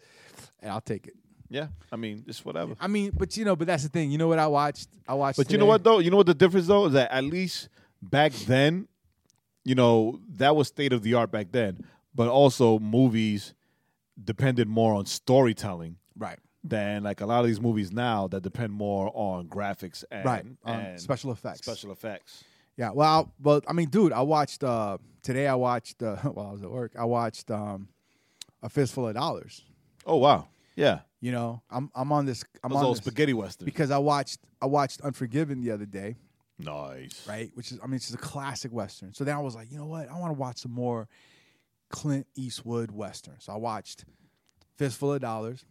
Speaker 2: and I'll take it.
Speaker 3: Yeah, I mean, it's whatever.
Speaker 2: I mean, but you know, but that's the thing. You know what I watched? I watched.
Speaker 3: But you know
Speaker 2: today-
Speaker 3: what though? You know what the difference though is that at least back then, you know, that was state of the art back then. But also movies depended more on storytelling
Speaker 2: Right,
Speaker 3: than like a lot of these movies now that depend more on graphics and,
Speaker 2: right. um,
Speaker 3: and
Speaker 2: special effects.
Speaker 3: special effects.
Speaker 2: Yeah, well, I, well, I mean, dude, I watched uh, today. I watched uh, while I was at work. I watched um, a fistful of dollars.
Speaker 3: Oh wow, yeah,
Speaker 2: You know, I'm I'm on this. I'm
Speaker 3: those
Speaker 2: on
Speaker 3: old
Speaker 2: this
Speaker 3: spaghetti westerns.
Speaker 2: because I watched I watched Unforgiven the other day,
Speaker 3: nice,
Speaker 2: right? Which is I mean, it's just a classic western. So then I was like, you know what? I want to watch some more Clint Eastwood westerns. So I watched Fistful of Dollars.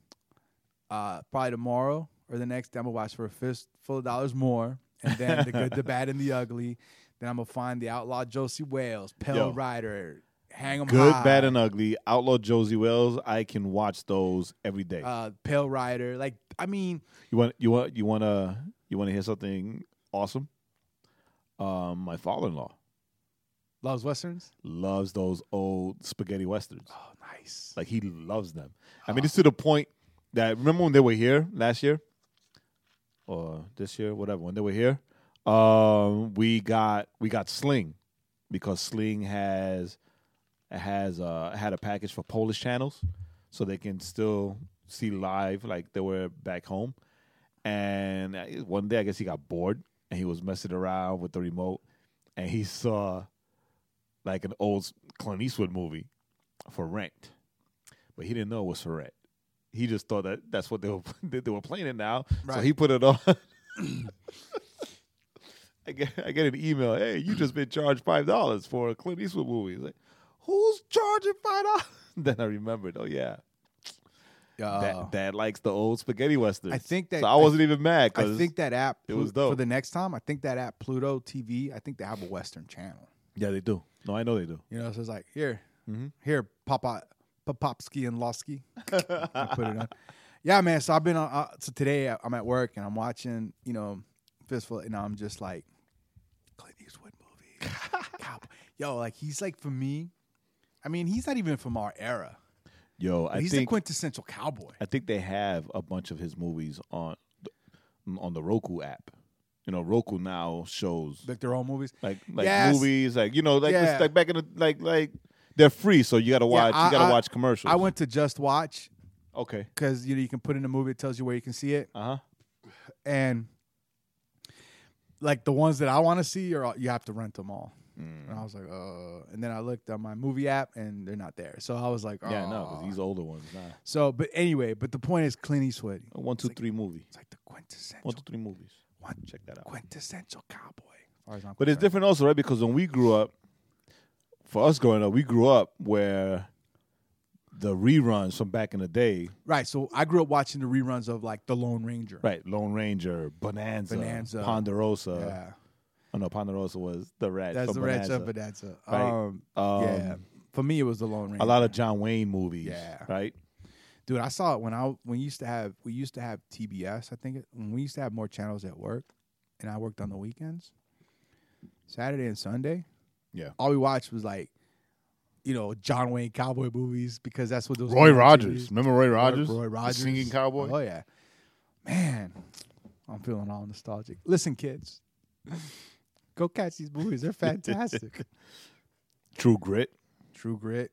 Speaker 2: Uh, probably tomorrow or the next day, I'm gonna watch for a fistful of dollars more, and then the good, the bad, and the ugly. Then I'm gonna find the outlaw Josie Wales, Pale
Speaker 3: Yo.
Speaker 2: Rider, Hang 'em
Speaker 3: Good,
Speaker 2: High,
Speaker 3: bad, and ugly. Outlaw Josie Wells. I can watch those every day.
Speaker 2: uh, Pale uh, Rider. Like I mean,
Speaker 3: you want, you want, you want to You want to hear something awesome? Um, my father-in-law
Speaker 2: Loves westerns.
Speaker 3: loves those old spaghetti westerns.
Speaker 2: Oh, nice.
Speaker 3: Like he loves them. I mean, it's to the point that remember when they were here last year or this year, whatever. When they were here, um, we got we got Sling because Sling has has uh, had a package for Polish channels, so they can still see live like they were back home. And uh, one day, I guess he got bored and he was messing around with the remote, and he saw like an old Clint Eastwood movie for rent, but he didn't know it was for rent. He just thought that that's what they were that they were playing it now. So
Speaker 2: Right.
Speaker 3: he put it on. I get I get an email. Hey, you just been charged five dollars for a Clint Eastwood movie. It's like, who's charging five dollars? Then I remembered. Oh yeah,
Speaker 2: Uh,
Speaker 3: Dad, Dad likes the old spaghetti westerns.
Speaker 2: I think that-
Speaker 3: so I wasn't even mad.
Speaker 2: I
Speaker 3: 'cause-
Speaker 2: think that app
Speaker 3: it was
Speaker 2: Plu- for
Speaker 3: dope.
Speaker 2: the next time. I think that app Pluto TV. I think they have a Western channel.
Speaker 3: yeah, they do. No, I know they do.
Speaker 2: You know, so it's like here,
Speaker 3: Mm-hmm.
Speaker 2: here, Papa Popopsky and Losky. I put it on. Yeah, man. So I've been on. Uh, so today I- I'm at work and I'm watching, you know, Fistful, and I'm just like Clint Eastwood movie. Cowboy. Yo, like he's like for me. I mean, he's not even from our era.
Speaker 3: Yo, I
Speaker 2: he's the
Speaker 3: think
Speaker 2: quintessential cowboy.
Speaker 3: I think they have a bunch of his movies on on the Roku app. You know, Roku now shows
Speaker 2: Like their own movies.
Speaker 3: like like
Speaker 2: Yes.
Speaker 3: movies, like you know, like it's
Speaker 2: Yeah.
Speaker 3: like back in the like like they're free, so you gotta watch.
Speaker 2: I-
Speaker 3: you gotta
Speaker 2: I-
Speaker 3: watch commercials.
Speaker 2: I went to Just Watch
Speaker 3: okay.
Speaker 2: because you know you can put in a movie. It tells you where you can see it.
Speaker 3: Uh huh.
Speaker 2: and like the ones that I want to see, or you have to rent them all.
Speaker 3: Mm.
Speaker 2: And I was like, uh, and then I looked on my movie app, and they're not there. So I was like,
Speaker 3: Yeah, no,
Speaker 2: "Aw."
Speaker 3: because these older ones. Nah.
Speaker 2: So, but anyway, but the point is, Clint Eastwood.
Speaker 3: A One, two, three movie.
Speaker 2: It's like the quintessential,
Speaker 3: One, two, three movies.
Speaker 2: one-
Speaker 3: Check that out.
Speaker 2: quintessential cowboy. as far as I'm
Speaker 3: But it's
Speaker 2: concerned.
Speaker 3: different also, right? Because when we grew up, for us growing up, we grew up where the reruns from back in the day,
Speaker 2: right? So I grew up watching the reruns of like The Lone Ranger.
Speaker 3: right? Lone Ranger, Bonanza,
Speaker 2: Bonanza.
Speaker 3: Ponderosa.
Speaker 2: Yeah,
Speaker 3: Oh no, Ponderosa was the rat.
Speaker 2: that's
Speaker 3: from
Speaker 2: the Ranch of Bonanza.
Speaker 3: Right.
Speaker 2: Um,
Speaker 3: Um,
Speaker 2: yeah, for me it was The Lone Ranger.
Speaker 3: A lot of John Wayne movies.
Speaker 2: Yeah.
Speaker 3: Right.
Speaker 2: Dude, I saw it when I when we used to have we used to have TBS. I think it, when we used to have more channels at work, and I worked on the weekends, Saturday and Sunday.
Speaker 3: Yeah.
Speaker 2: all we watched was like, you know, John Wayne cowboy movies because that's what those
Speaker 3: Roy
Speaker 2: were on
Speaker 3: Rogers.
Speaker 2: TV.
Speaker 3: Remember Roy Rogers?
Speaker 2: Roy, Roy
Speaker 3: The
Speaker 2: Rogers,
Speaker 3: Singing cowboy?
Speaker 2: Oh yeah, man, I'm feeling all nostalgic. Listen, kids, go catch these movies. They're fantastic.
Speaker 3: True Grit.
Speaker 2: True Grit,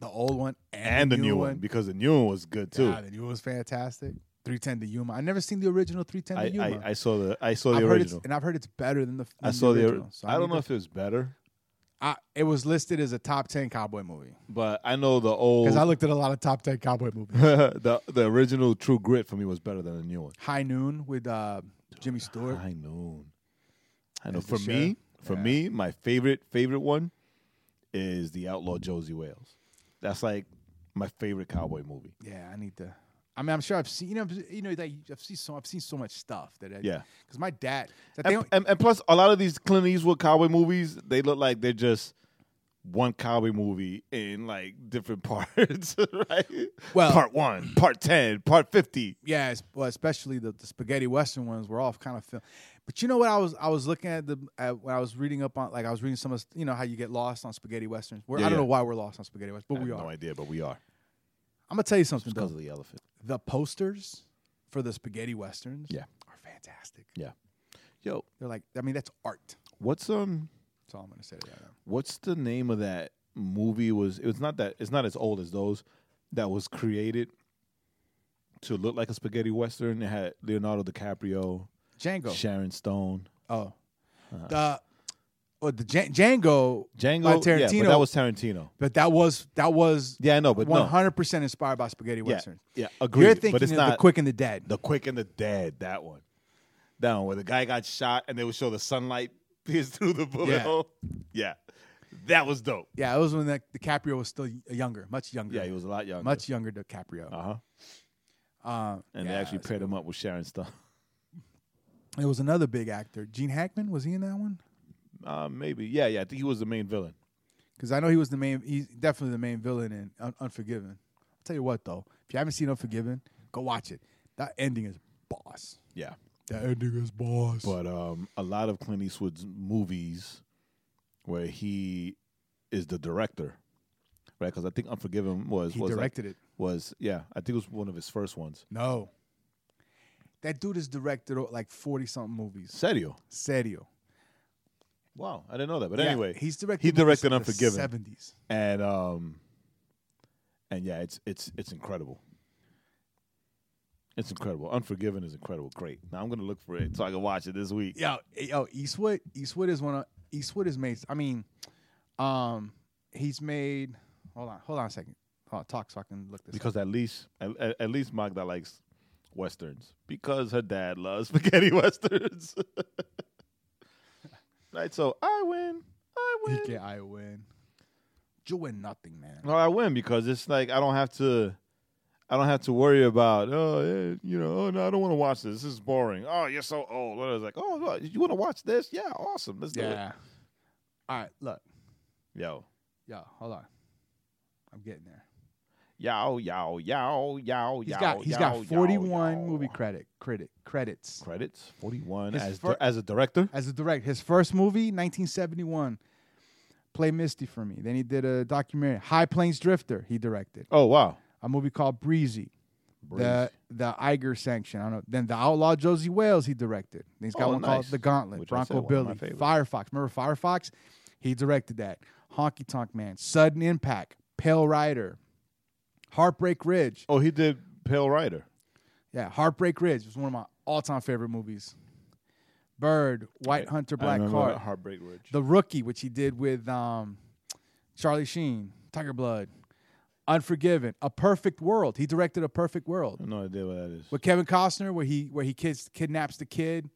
Speaker 2: the old one
Speaker 3: And the new one, because the new one was good too.
Speaker 2: God, it was fantastic. 310 to Yuma. I never seen the original 310 to
Speaker 3: I,
Speaker 2: Yuma.
Speaker 3: I, I saw the I saw the
Speaker 2: I've heard it's-
Speaker 3: original.
Speaker 2: and I've heard it's better than the.
Speaker 3: I
Speaker 2: than
Speaker 3: saw the,
Speaker 2: original.
Speaker 3: ori-
Speaker 2: So
Speaker 3: I don't
Speaker 2: need
Speaker 3: know
Speaker 2: to-
Speaker 3: if it was better,
Speaker 2: I, it was listed as a top 10 cowboy movie
Speaker 3: but I know the old
Speaker 2: because I looked at a lot of top 10 cowboy movies.
Speaker 3: the the original True Grit for me was better than the new one.
Speaker 2: High Noon with uh, Jimmy Stewart.
Speaker 3: I know. I know.
Speaker 2: As the
Speaker 3: For me,
Speaker 2: sheriff?
Speaker 3: for
Speaker 2: Yeah.
Speaker 3: me, my favorite favorite one is the Outlaw Josie Wales. That's like my favorite cowboy movie.
Speaker 2: Yeah, I need to. I mean, I'm sure I've seen you know you know like, I've seen so I've seen so much stuff that I,
Speaker 3: Yeah.
Speaker 2: because my dad that they
Speaker 3: And,
Speaker 2: don't,
Speaker 3: and, and plus, a lot of these Clint Eastwood cowboy movies, they look like they're just one cowboy movie in like different parts, right?
Speaker 2: Well-
Speaker 3: part one, part ten, part fifty.
Speaker 2: yeah es- well especially the, the spaghetti western ones were all kind of film. But you know what I was I was looking at the at, when I was reading up on like I was reading some of you know how you get lost on spaghetti westerns. We're,
Speaker 3: Yeah,
Speaker 2: I don't
Speaker 3: yeah.
Speaker 2: know why we're lost on spaghetti westerns, but
Speaker 3: I
Speaker 2: we
Speaker 3: have
Speaker 2: are.
Speaker 3: no idea, but we are
Speaker 2: I'm gonna tell you something
Speaker 3: because
Speaker 2: though.
Speaker 3: of the elephant.
Speaker 2: The posters for the spaghetti westerns,
Speaker 3: Yeah.
Speaker 2: are fantastic.
Speaker 3: Yeah. Yo,
Speaker 2: They're like, I mean, that's art.
Speaker 3: what's um,
Speaker 2: That's all I'm gonna say to that.
Speaker 3: what's the name of that movie? Was it was not that it's not as old as those that was created to look like a spaghetti western. It had Leonardo DiCaprio,
Speaker 2: Django.
Speaker 3: Sharon Stone.
Speaker 2: oh,
Speaker 3: uh-huh.
Speaker 2: the or the Jan- Django
Speaker 3: Django,
Speaker 2: by
Speaker 3: yeah,
Speaker 2: Tarantino.
Speaker 3: but that was Tarantino.
Speaker 2: but that was that was
Speaker 3: Yeah, I know, but no.
Speaker 2: 100 percent inspired by spaghetti westerns.
Speaker 3: Yeah, yeah agreed.
Speaker 2: You're thinking
Speaker 3: but it's
Speaker 2: of
Speaker 3: not
Speaker 2: the Quick and the Dead.
Speaker 3: the quick and the dead. That one, that one where the guy got shot and they would show the sunlight pierce through the bullet
Speaker 2: Yeah.
Speaker 3: hole. Yeah, that was dope.
Speaker 2: yeah, it was when that DiCaprio was still younger, much younger.
Speaker 3: Yeah, he was a lot younger.
Speaker 2: much younger DiCaprio.
Speaker 3: Uh huh.
Speaker 2: Uh,
Speaker 3: And they
Speaker 2: yeah,
Speaker 3: actually paired him up with Sharon Stone.
Speaker 2: it was another big actor, Gene Hackman. Was he in that one?
Speaker 3: Uh, maybe. Yeah, yeah. I think he was the main villain.
Speaker 2: Because I know he was the main. He's definitely the main villain in Un- Unforgiven. I'll tell you what, though, if you haven't seen Unforgiven, go watch it. That ending is boss.
Speaker 3: Yeah.
Speaker 2: That ending is boss.
Speaker 3: But um, a lot of Clint Eastwood's movies where he is the director, right? Because I think Unforgiven was
Speaker 2: he
Speaker 3: was like-
Speaker 2: directed it.
Speaker 3: was yeah, I think it was one of his first ones.
Speaker 2: No. That dude has directed uh, like 40 something movies.
Speaker 3: Serio.
Speaker 2: Serio.
Speaker 3: Wow, I didn't know that. But
Speaker 2: Yeah,
Speaker 3: anyway,
Speaker 2: he's directed
Speaker 3: he
Speaker 2: movies
Speaker 3: directed
Speaker 2: in the
Speaker 3: Unforgiven.
Speaker 2: 70s.
Speaker 3: and um, and yeah, it's it's it's incredible. It's incredible. Unforgiven is incredible. Great. Now I'm gonna look for it so I can watch it this week.
Speaker 2: Yo, eh, yo, Eastwood, Eastwood is one of Eastwood has made. I mean, um, he's made. Hold on, hold on a second. Hold on, talk so I can look this. up.
Speaker 3: Because at least at, at- at least Magda likes westerns because her dad loves spaghetti westerns. right. So I win. I win.
Speaker 2: He can I win. You win nothing, man.
Speaker 3: No, I win because it's like I don't have to. I don't have to worry about oh eh, you know oh no I don't want to watch this this is boring oh you're so old and I was like oh look, you want to watch this yeah awesome let's do
Speaker 2: Yeah. All right, look,
Speaker 3: it yo
Speaker 2: yo, hold on. I'm getting there.
Speaker 3: yow yow yow yow
Speaker 2: He's
Speaker 3: yow
Speaker 2: got he's got
Speaker 3: yow,
Speaker 2: 41
Speaker 3: yow.
Speaker 2: movie credit credit credits
Speaker 3: credits forty one
Speaker 2: His
Speaker 3: as
Speaker 2: fir-
Speaker 3: di- as a director
Speaker 2: as a direct. His first movie, 1971, Play Misty for Me. Then he did a documentary, High Plains Drifter. He directed
Speaker 3: oh wow
Speaker 2: a movie called Breezy. The the Iger sanction. I don't know. Then the Outlaw Josie Wales he directed. And he's got
Speaker 3: Oh,
Speaker 2: one called
Speaker 3: nice.
Speaker 2: The Gauntlet.
Speaker 3: Which I said,
Speaker 2: Bronco
Speaker 3: one of my
Speaker 2: Billy.
Speaker 3: favorites.
Speaker 2: Firefox. Remember Firefox? He directed that. Honky Tonk Man. Sudden Impact. Pale Rider. Heartbreak Ridge.
Speaker 3: oh he did Pale Rider
Speaker 2: Yeah, Heartbreak Ridge was one of my all time favorite movies. Bird, White Hunter,
Speaker 3: I
Speaker 2: Black
Speaker 3: remember
Speaker 2: Card.
Speaker 3: that Heartbreak Ridge
Speaker 2: The Rookie, which he did with um, Charlie Sheen, Tiger Blood, Unforgiven, A Perfect World. He directed A Perfect World
Speaker 3: I have no idea what that is
Speaker 2: with Kevin Costner, where he where he kids, kidnaps the kid.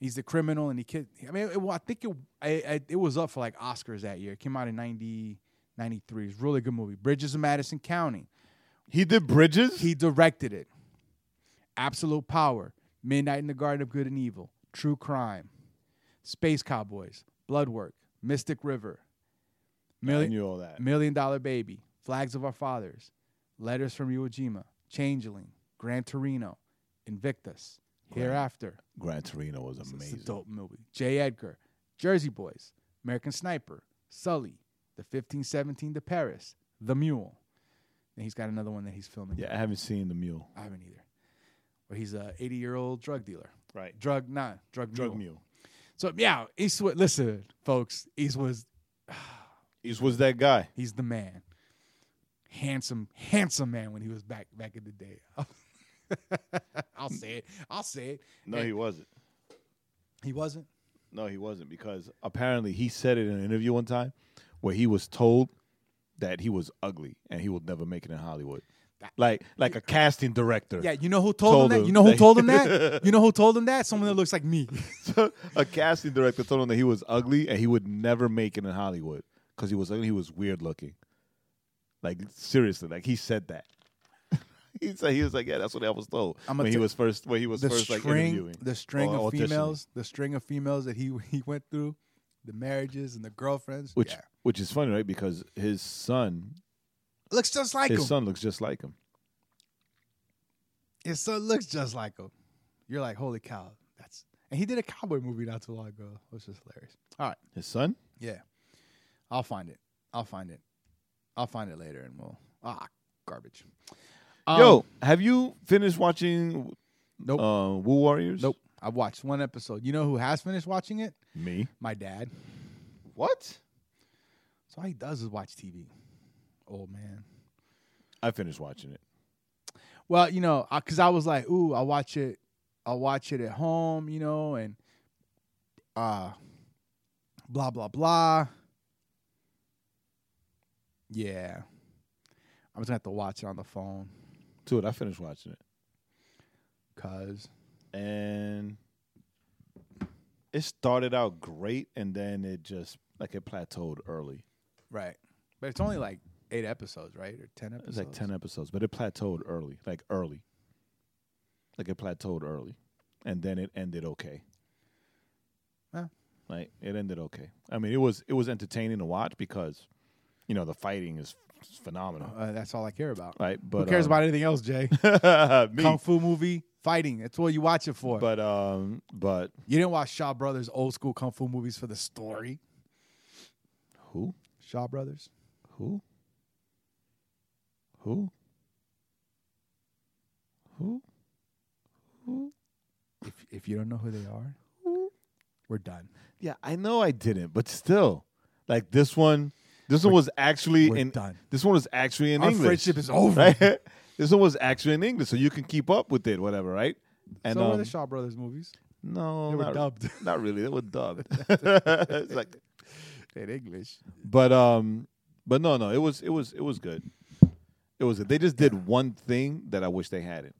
Speaker 2: He's the criminal, and he kid. I mean, it, well, I think it I, I, it was up for like Oscars that year. It came out in 90, 93. It's a really good movie. Bridges of Madison County.
Speaker 3: he did Bridges
Speaker 2: He directed it. Absolute Power, Midnight in the Garden of Good and Evil, True Crime, Space Cowboys, Bloodwork, Mystic River,
Speaker 3: I
Speaker 2: Million,
Speaker 3: knew all that
Speaker 2: Million Dollar Baby, Flags of Our Fathers, Letters from Iwo Jima, Changeling, Gran Torino, Invictus, Hereafter.
Speaker 3: Gran Torino was
Speaker 2: It's
Speaker 3: amazing
Speaker 2: a dope movie. J. Edgar, Jersey Boys, American Sniper, Sully, The 1517 to Paris, The Mule. And he's got another one that he's filming.
Speaker 3: yeah I haven't seen the Mule
Speaker 2: I haven't either. Where he's a 80 year old drug dealer,
Speaker 3: right
Speaker 2: drug not nah, drug
Speaker 3: Drug
Speaker 2: mule.
Speaker 3: Mule
Speaker 2: So yeah, Eastwood. Listen, folks, Eastwood's ah,
Speaker 3: East was that guy.
Speaker 2: he's the man. Handsome, handsome man when he was back back in the day. I'll say it. I'll say it.
Speaker 3: No, he wasn't.
Speaker 2: He wasn't.
Speaker 3: No, he wasn't because apparently he said it in an interview one time where he was told that he was ugly and he would never make it in Hollywood. Like like a casting director.
Speaker 2: Yeah, you know who told,
Speaker 3: Told
Speaker 2: him that?
Speaker 3: him
Speaker 2: You know who
Speaker 3: that-
Speaker 2: told him that? You know who told him that? Someone that looks like me.
Speaker 3: a casting director told him that he was ugly and he would never make it in Hollywood cuz he was ugly, he was weird looking. Like seriously, like he said that. he said he was like, yeah, that's what I was told
Speaker 2: I'ma
Speaker 3: when he
Speaker 2: tell-
Speaker 3: was first when he was
Speaker 2: the
Speaker 3: first like
Speaker 2: string,
Speaker 3: interviewing.
Speaker 2: the string
Speaker 3: or
Speaker 2: of
Speaker 3: auditioning.
Speaker 2: females, the string of females that he he went through, the marriages and the girlfriends.
Speaker 3: which
Speaker 2: yeah.
Speaker 3: which is funny, right? Because his son
Speaker 2: looks just like
Speaker 3: his
Speaker 2: him.
Speaker 3: son looks just like him.
Speaker 2: his son looks just like him. You're like, holy cow, that's and he did a cowboy movie not too long ago, which is hilarious. All right,
Speaker 3: His son?
Speaker 2: yeah, I'll find it. I'll find it. I'll find it later, and we'll ah garbage. Um,
Speaker 3: Yo, have you finished watching
Speaker 2: Nope.
Speaker 3: uh, Woo Warriors?
Speaker 2: nope. I watched one episode. You know who has finished watching it?
Speaker 3: Me?
Speaker 2: My dad.
Speaker 3: What?
Speaker 2: So all he does is watch TV. Old man.
Speaker 3: I finished watching it.
Speaker 2: Well, you know, because I, was like, ooh, I watch it, I watch it at home, you know, and uh blah blah blah. Yeah, I'm just gonna have to watch it on the phone,
Speaker 3: Dude, I finished watching it.
Speaker 2: cause
Speaker 3: And it started out great and then it just like it plateaued early.
Speaker 2: right, but it's only like eight episodes, right, or ten
Speaker 3: It
Speaker 2: episodes?
Speaker 3: was like 10 episodes, but it plateaued early, like early. Like it plateaued early. And then it ended okay.
Speaker 2: Yeah.
Speaker 3: Like it ended okay. I mean, it was it was entertaining to watch because you know, the fighting is It's phenomenal,
Speaker 2: Uh, that's all I care about.
Speaker 3: right? But
Speaker 2: Who cares
Speaker 3: um,
Speaker 2: about anything else, Jay?
Speaker 3: me?
Speaker 2: Kung Fu movie, fighting. That's what you watch it for.
Speaker 3: But um, but
Speaker 2: you didn't watch Shaw Brothers old school Kung Fu movies for the story.
Speaker 3: who?
Speaker 2: Shaw Brothers.
Speaker 3: Who? Who? Who?
Speaker 2: If if you don't know who they are, we're done.
Speaker 3: Yeah, I know I didn't, but still, like this one, this one was actually
Speaker 2: we're
Speaker 3: in.
Speaker 2: done.
Speaker 3: This one was actually in
Speaker 2: Our
Speaker 3: English.
Speaker 2: friendship is over.
Speaker 3: Right? this one was actually in English, so you can keep up with it, whatever, right? And
Speaker 2: so were
Speaker 3: um,
Speaker 2: the Shaw Brothers movies
Speaker 3: no,
Speaker 2: They were
Speaker 3: not,
Speaker 2: dubbed.
Speaker 3: Not really. They were dubbed. it's like,
Speaker 2: in English.
Speaker 3: but um, but no, no, it was it was it was good. It was. They just did one thing that I wish they hadn't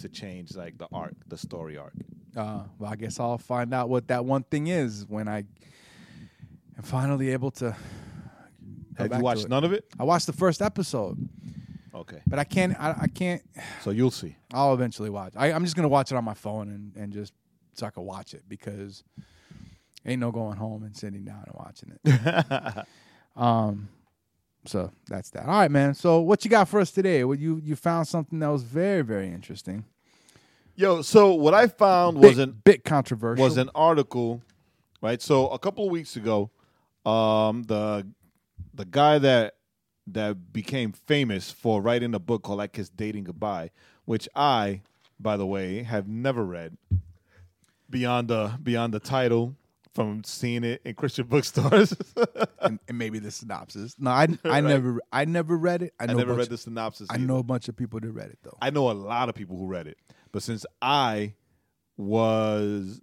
Speaker 3: to change like the arc, the story arc.
Speaker 2: Uh, well, I guess I'll find out what that one thing is when I am finally able to. go back
Speaker 3: Have you
Speaker 2: to
Speaker 3: watched
Speaker 2: it.
Speaker 3: none of it?
Speaker 2: I watched the first episode,
Speaker 3: Okay,
Speaker 2: but I can't. I, I can't.
Speaker 3: so you'll see.
Speaker 2: I'll eventually watch. I, I'm just gonna watch it on my phone and, and just so I can watch it because ain't no going home and sitting down and watching it. um, so that's that. All right, man. So what you got for us today? Well, you you found something that was very very interesting.
Speaker 3: Yo, so what I found
Speaker 2: Bit-
Speaker 3: was an
Speaker 2: bit controversial.
Speaker 3: was an article, right? So a couple of weeks ago, um, the the guy that that became famous for writing a book called "I Kiss Dating Goodbye," which I, by the way, have never read beyond the beyond the title from seeing it in Christian bookstores.
Speaker 2: and, and maybe the synopsis. No, I I never I never read it. I,
Speaker 3: I
Speaker 2: know a
Speaker 3: never
Speaker 2: bunch-
Speaker 3: read the synopsis.
Speaker 2: I
Speaker 3: either.
Speaker 2: know a bunch of people that read it though.
Speaker 3: I know a lot of people who read it, but since I was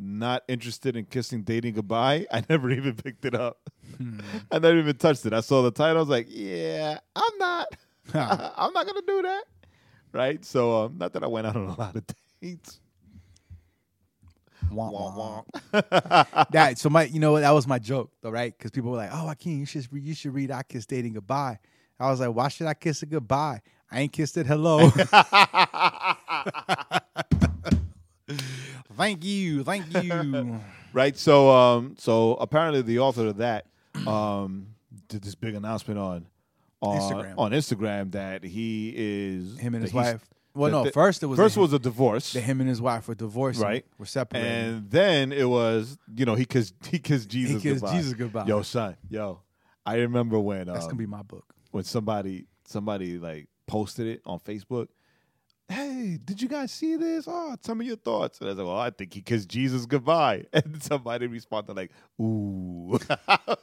Speaker 3: not interested in kissing, dating goodbye, I never even picked it up.
Speaker 2: Hmm.
Speaker 3: I never even touched it. I saw the title. I was like, yeah, I'm not. I'm not gonna do that, right? So, um, not that I went out on a lot of dates.
Speaker 2: Womp,
Speaker 3: Womp,
Speaker 2: womp.
Speaker 3: womp.
Speaker 2: that so my you know what that was my joke though right because people were like oh I can't you should re- you should read I kiss dating goodbye I was like why should I kiss it goodbye I ain't kissed it hello thank you thank you
Speaker 3: right? So, um, so apparently the author of that um, did this big announcement on on
Speaker 2: Instagram.
Speaker 3: on Instagram that he is
Speaker 2: him and
Speaker 3: that
Speaker 2: his
Speaker 3: he's-
Speaker 2: wife well
Speaker 3: that-
Speaker 2: no
Speaker 3: that-
Speaker 2: first it was
Speaker 3: first
Speaker 2: that
Speaker 3: was a divorce,
Speaker 2: that him and his wife were divorced
Speaker 3: Right.
Speaker 2: were separated
Speaker 3: and then it was you know he kissed he kissed Jesus
Speaker 2: kissed
Speaker 3: goodbye.
Speaker 2: Jesus goodbye.
Speaker 3: Yo, son, yo, I remember when
Speaker 2: that's
Speaker 3: um,
Speaker 2: gonna be my book
Speaker 3: when somebody somebody like posted it on Facebook. Hey, did you guys see this? Oh, tell me your thoughts. And I was like, well, I think he kissed Jesus goodbye. And somebody responded like, ooh. I,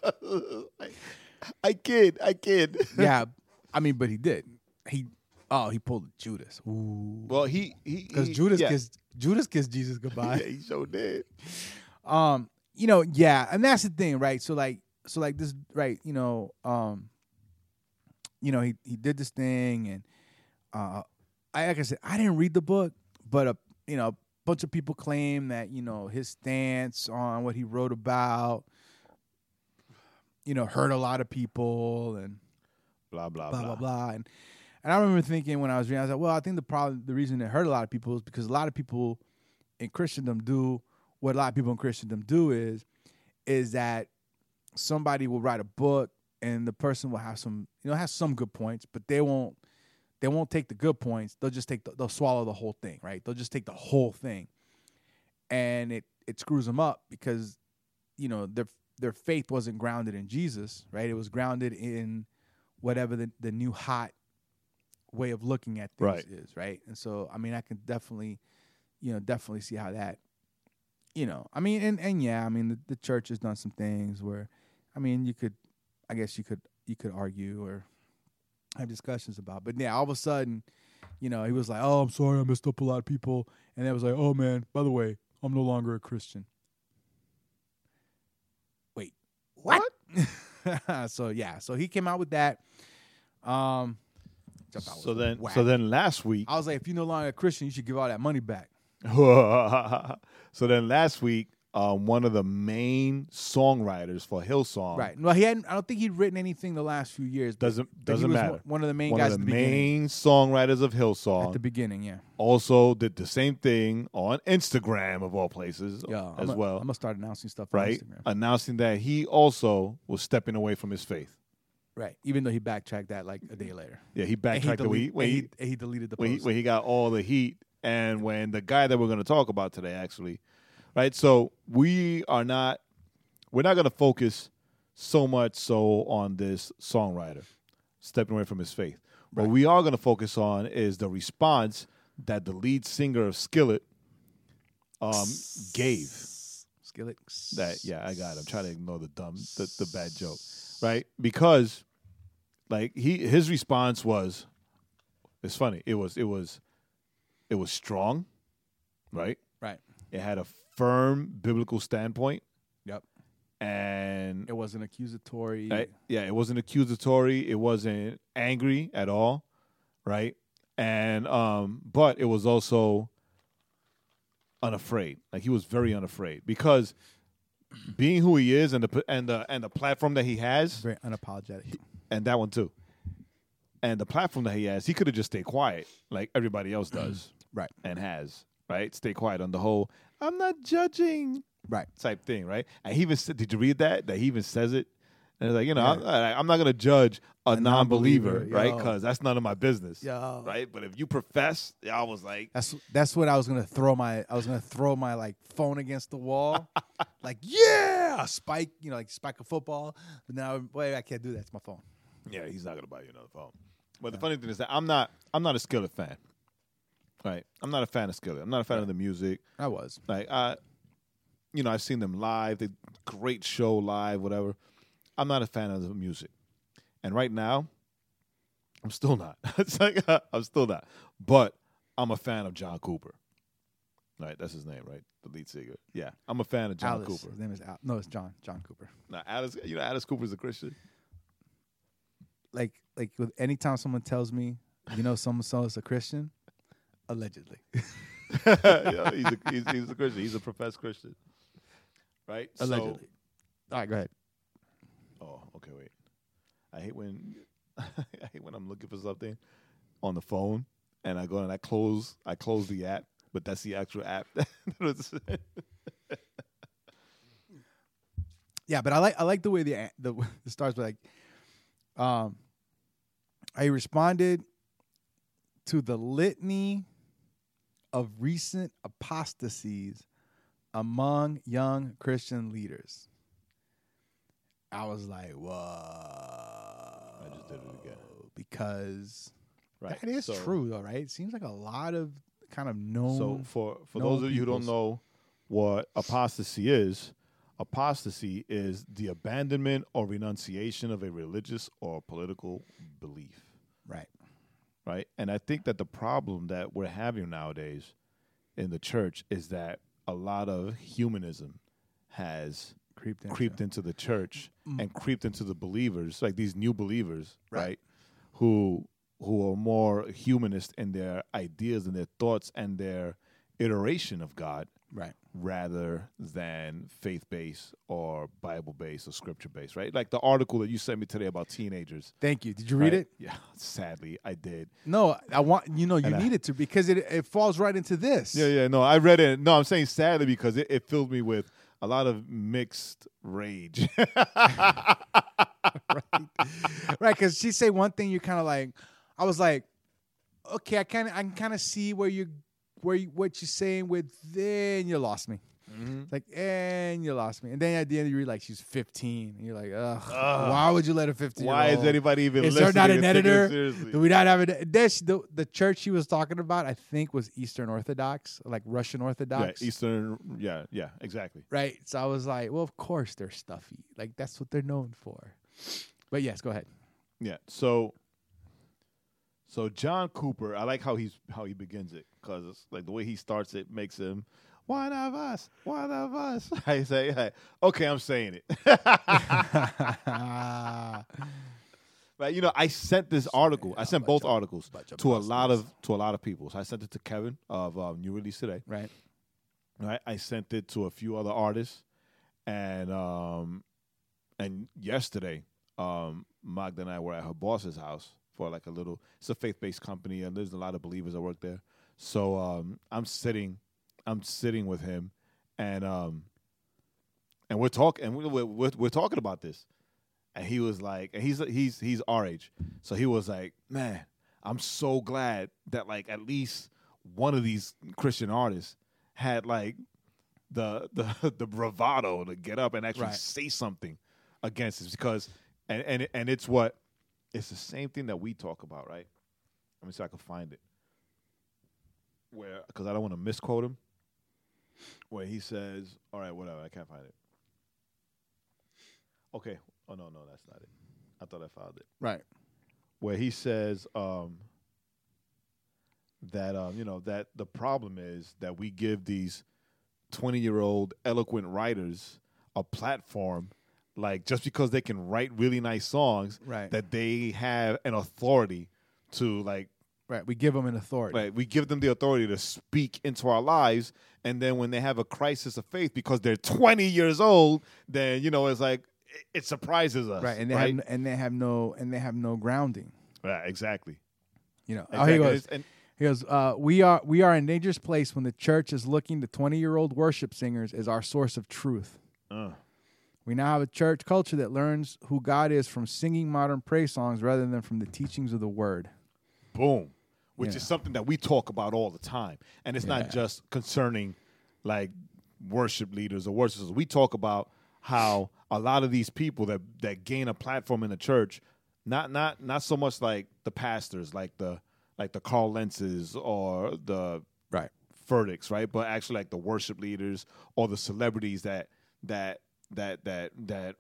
Speaker 3: I kid, I kid.
Speaker 2: yeah I mean but he did he oh he pulled a Judas ooh
Speaker 3: Well, he he
Speaker 2: because
Speaker 3: he-
Speaker 2: Judas
Speaker 3: yeah.
Speaker 2: kissed Judas kissed Jesus
Speaker 3: Yeah,
Speaker 2: goodbye
Speaker 3: he so did.
Speaker 2: um you know yeah and that's the thing right so like so like this right you know um you know he he did this thing and uh i like i said i didn't read the book but a you know a bunch of people claim that you know his stance on what he wrote about you know hurt a lot of people and
Speaker 3: Blah blah
Speaker 2: blah blah
Speaker 3: blah.
Speaker 2: blah. And and I remember thinking when I was reading, I was like, well, I think the problem, the reason it hurt a lot of people is because a lot of people in Christendom do what a lot of people in Christendom do is is that somebody will write a book and the person will have some you know has some good points, but they won't they won't take the good points. They'll just take the, they'll swallow the whole thing, right? They'll just take the whole thing, and it it screws them up because you know their their faith wasn't grounded in Jesus, right? It was grounded in whatever the, the new hot way of looking at things
Speaker 3: Right.
Speaker 2: is, right? And so, I mean, I can definitely, you know, definitely see how that, you know, I mean, and and yeah, I mean, the, the church has done some things where, I mean, you could, I guess you could you could argue or have discussions about, but yeah, all of a sudden, you know, he was like, "Oh, I'm sorry, I messed up a lot of people," and that was like, "Oh man, by the way, I'm no longer a Christian." Wait, what? so yeah, so he came out with that. Um, which I thought
Speaker 3: So
Speaker 2: was
Speaker 3: then
Speaker 2: whack.
Speaker 3: so then last week
Speaker 2: I was like, if you're no longer a Christian, you should give all that money back.
Speaker 3: so then last week, um, one of the main songwriters for Hillsong
Speaker 2: Right. Well, he hadn't. I don't think he'd written anything the last few years. but-
Speaker 3: Oh. doesn't
Speaker 2: but he
Speaker 3: doesn't
Speaker 2: was
Speaker 3: matter.
Speaker 2: one- One of the main
Speaker 3: One
Speaker 2: guys
Speaker 3: of the
Speaker 2: at the beginning.
Speaker 3: main songwriters of Hillsong
Speaker 2: At the beginning, yeah.
Speaker 3: also did the same thing on Instagram of all places
Speaker 2: Yeah.
Speaker 3: as
Speaker 2: I'm
Speaker 3: well,
Speaker 2: I'm gonna start announcing stuff on
Speaker 3: right?
Speaker 2: Instagram.
Speaker 3: Announcing that he also was stepping away from his faith.
Speaker 2: Right. Even though he backtracked that like a day later.
Speaker 3: Yeah, he
Speaker 2: And he
Speaker 3: backtracked the
Speaker 2: delete-
Speaker 3: way he, when
Speaker 2: and
Speaker 3: he,
Speaker 2: he, and he deleted the
Speaker 3: when he,
Speaker 2: post.
Speaker 3: when he got all the heat, and when the guy that we're going to talk about today, actually, right? So we are not we're not going to focus so much so on this songwriter stepping away from his faith. What we are going to focus on is the response that the lead singer of Skillet um, gave.
Speaker 2: Skillet.
Speaker 3: That yeah, I got. It. I'm trying to ignore the dumb, the, the bad joke, right? Because, like he, his response was, it's funny. It was, it was, it was strong, right?
Speaker 2: Right.
Speaker 3: It had a firm biblical standpoint,
Speaker 2: Yep.
Speaker 3: and
Speaker 2: It wasn't accusatory.
Speaker 3: right? yeah, it wasn't accusatory. It wasn't angry at all, right? And um, but it was also unafraid. Like he was very unafraid because being who he is and the and the and the platform that he has,
Speaker 2: Very unapologetic.
Speaker 3: and that one too, and the platform that he has, he could have just stayed quiet like everybody else does
Speaker 2: Right.
Speaker 3: and has, right? Stay quiet on the whole. I'm not judging
Speaker 2: Right.
Speaker 3: type thing, right? And he even said, did you read that? That he even says it, and it's like, you know, I'm- I, am not gonna judge a, non-believer,
Speaker 2: non-believer,
Speaker 3: right?
Speaker 2: yo.
Speaker 3: Because that's none of my business,
Speaker 2: Yo.
Speaker 3: right? But if you profess, I was like,
Speaker 2: That's that's what I was gonna throw my I was gonna throw my like phone against the wall, like yeah, spike you know like spike a football. But now wait, I can't do that. It's my phone.
Speaker 3: yeah, he's not gonna buy you another phone. But the funny thing is that I'm not, I'm not a Skillet fan, right? I'm not a fan of Skillet. I'm not a fan of the music.
Speaker 2: I was
Speaker 3: Like I, you know, I've seen them live. They great show live, whatever. I'm not a fan of the music, and right now, I'm still not. it's like I'm still not. But I'm a fan of John Cooper. Right, that's his name, right? The lead singer. Yeah, I'm a fan of John
Speaker 2: Alice.
Speaker 3: Cooper.
Speaker 2: His name is Al- no, it's John. John Cooper.
Speaker 3: Now, Alice, you know, Alice Cooper's a Christian.
Speaker 2: Like like with anytime someone tells me you know someone so is a Christian, allegedly.
Speaker 3: Yeah, he's, a, he's, he's a Christian. He's a professed Christian. Right? So-
Speaker 2: Allegedly. All right, go ahead.
Speaker 3: Oh, okay, wait. I hate when I hate when I'm looking for something on the phone and I go and I close I close the app, but that's the actual app. that was-
Speaker 2: Yeah, but I like I like the way the a- the, the stars were like. Um, I responded to the litany of recent apostasies among young Christian leaders. I was like, "Whoa!" I
Speaker 3: just did it again.
Speaker 2: because
Speaker 3: right.
Speaker 2: that is
Speaker 3: so-
Speaker 2: true, though, right? It seems like a lot of kind of known.
Speaker 3: So for for
Speaker 2: known
Speaker 3: those of you who don't
Speaker 2: peoples.
Speaker 3: know what apostasy is, apostasy is the abandonment or renunciation of a religious or political belief.
Speaker 2: right,
Speaker 3: right? And I think that the problem that we're having nowadays in the church is that a lot of humanism has
Speaker 2: creeped in,
Speaker 3: creeped into the church and creeped into the believers, like these new believers,
Speaker 2: Right.
Speaker 3: right? Who who are more humanist in their ideas and their thoughts and their iteration of God
Speaker 2: right,
Speaker 3: rather than faith-based or Bible-based or scripture-based, right? Like the article that you sent me today about teenagers.
Speaker 2: Thank you. Did you read
Speaker 3: right?
Speaker 2: it?
Speaker 3: Yeah, sadly, I did.
Speaker 2: No, I want you know you
Speaker 3: And I-
Speaker 2: need it to because it it falls right into this.
Speaker 3: Yeah, yeah, no, I read it. No, I'm saying sadly because it, it filled me with a lot of mixed rage.
Speaker 2: Right, because she say one thing, you're kind of like, I was like, okay, I kind of I can kind of see where you where you, what you're saying with then you lost me.
Speaker 3: Mm-hmm.
Speaker 2: It's like and you lost me, and then at the end you read like she's 15, and you're like, ugh, why would you let a 15?
Speaker 3: Why is anybody even
Speaker 2: Is there
Speaker 3: listening?
Speaker 2: not an
Speaker 3: and taking it
Speaker 2: editor?
Speaker 3: seriously?
Speaker 2: Do we not have it? That's the the church she was talking about. I think was Eastern Orthodox, like Russian
Speaker 3: yeah,
Speaker 2: Orthodox.
Speaker 3: Eastern. Yeah, yeah, exactly.
Speaker 2: right? So I was like, well, of course they're stuffy. Like that's what they're known for. But yes, go ahead.
Speaker 3: Yeah. So, so John Cooper, I like how he's how he begins it because like the way he starts it makes him one of us, one of us. I say, hey, okay, I'm saying it. Right, you know, I sent this article. I sent both articles to a lot of to a lot of people. So I sent it to Kevin of um, New Release Today.
Speaker 2: right.
Speaker 3: Right, I sent it to a few other artists, and um, and yesterday, um, Magda and I were at her boss's house for like a little. It's a faith based company, and there's a lot of believers that work there. So um, I'm sitting, I'm sitting with him, and um, and we're talking, and we- we're, we're we're talking about this, and he was like, and he's he's he's our age, so he was like, man, I'm so glad that like at least one of these Christian artists had like the the the bravado to get up and actually
Speaker 2: Right.
Speaker 3: say something against this because and and and it's what it's the same thing that we talk about, right? Let me see if I can find it. Where because I don't want to misquote him. Where he says, "All right, whatever, I can't find it." Okay. Oh no, no, that's not it. I thought I found it.
Speaker 2: Right.
Speaker 3: Where he says um, that um, you know that the problem is that we give these twenty-year-old eloquent writers a platform, like just because they can write really nice songs,
Speaker 2: Right.
Speaker 3: that they have an authority to like
Speaker 2: Right. We give them an authority.
Speaker 3: Right. We give them the authority to speak into our lives. And then when they have a crisis of faith because they're 20 years old, then, you know, it's like, it, it surprises us.
Speaker 2: Right. And they have and they have no and they have no grounding.
Speaker 3: Right, exactly.
Speaker 2: You know. Oh, here
Speaker 3: Exactly.
Speaker 2: goes.
Speaker 3: It's- and-
Speaker 2: He goes, uh, we are we are in dangerous place when the church is looking to twenty year old worship singers as our source of truth.
Speaker 3: uh,
Speaker 2: We now have a church culture that learns who God is from singing modern praise songs rather than from the teachings of the word.
Speaker 3: boom. Which
Speaker 2: Yeah.
Speaker 3: is something that we talk about all the time. And it's
Speaker 2: Yeah.
Speaker 3: not just concerning like worship leaders or worshipers. We talk about how a lot of these people that, that gain a platform in the church, not not not so much like the pastors, like the like the Carl Lenses or the
Speaker 2: Right.
Speaker 3: verdicts, right? But actually, like the worship leaders or the celebrities that that that that that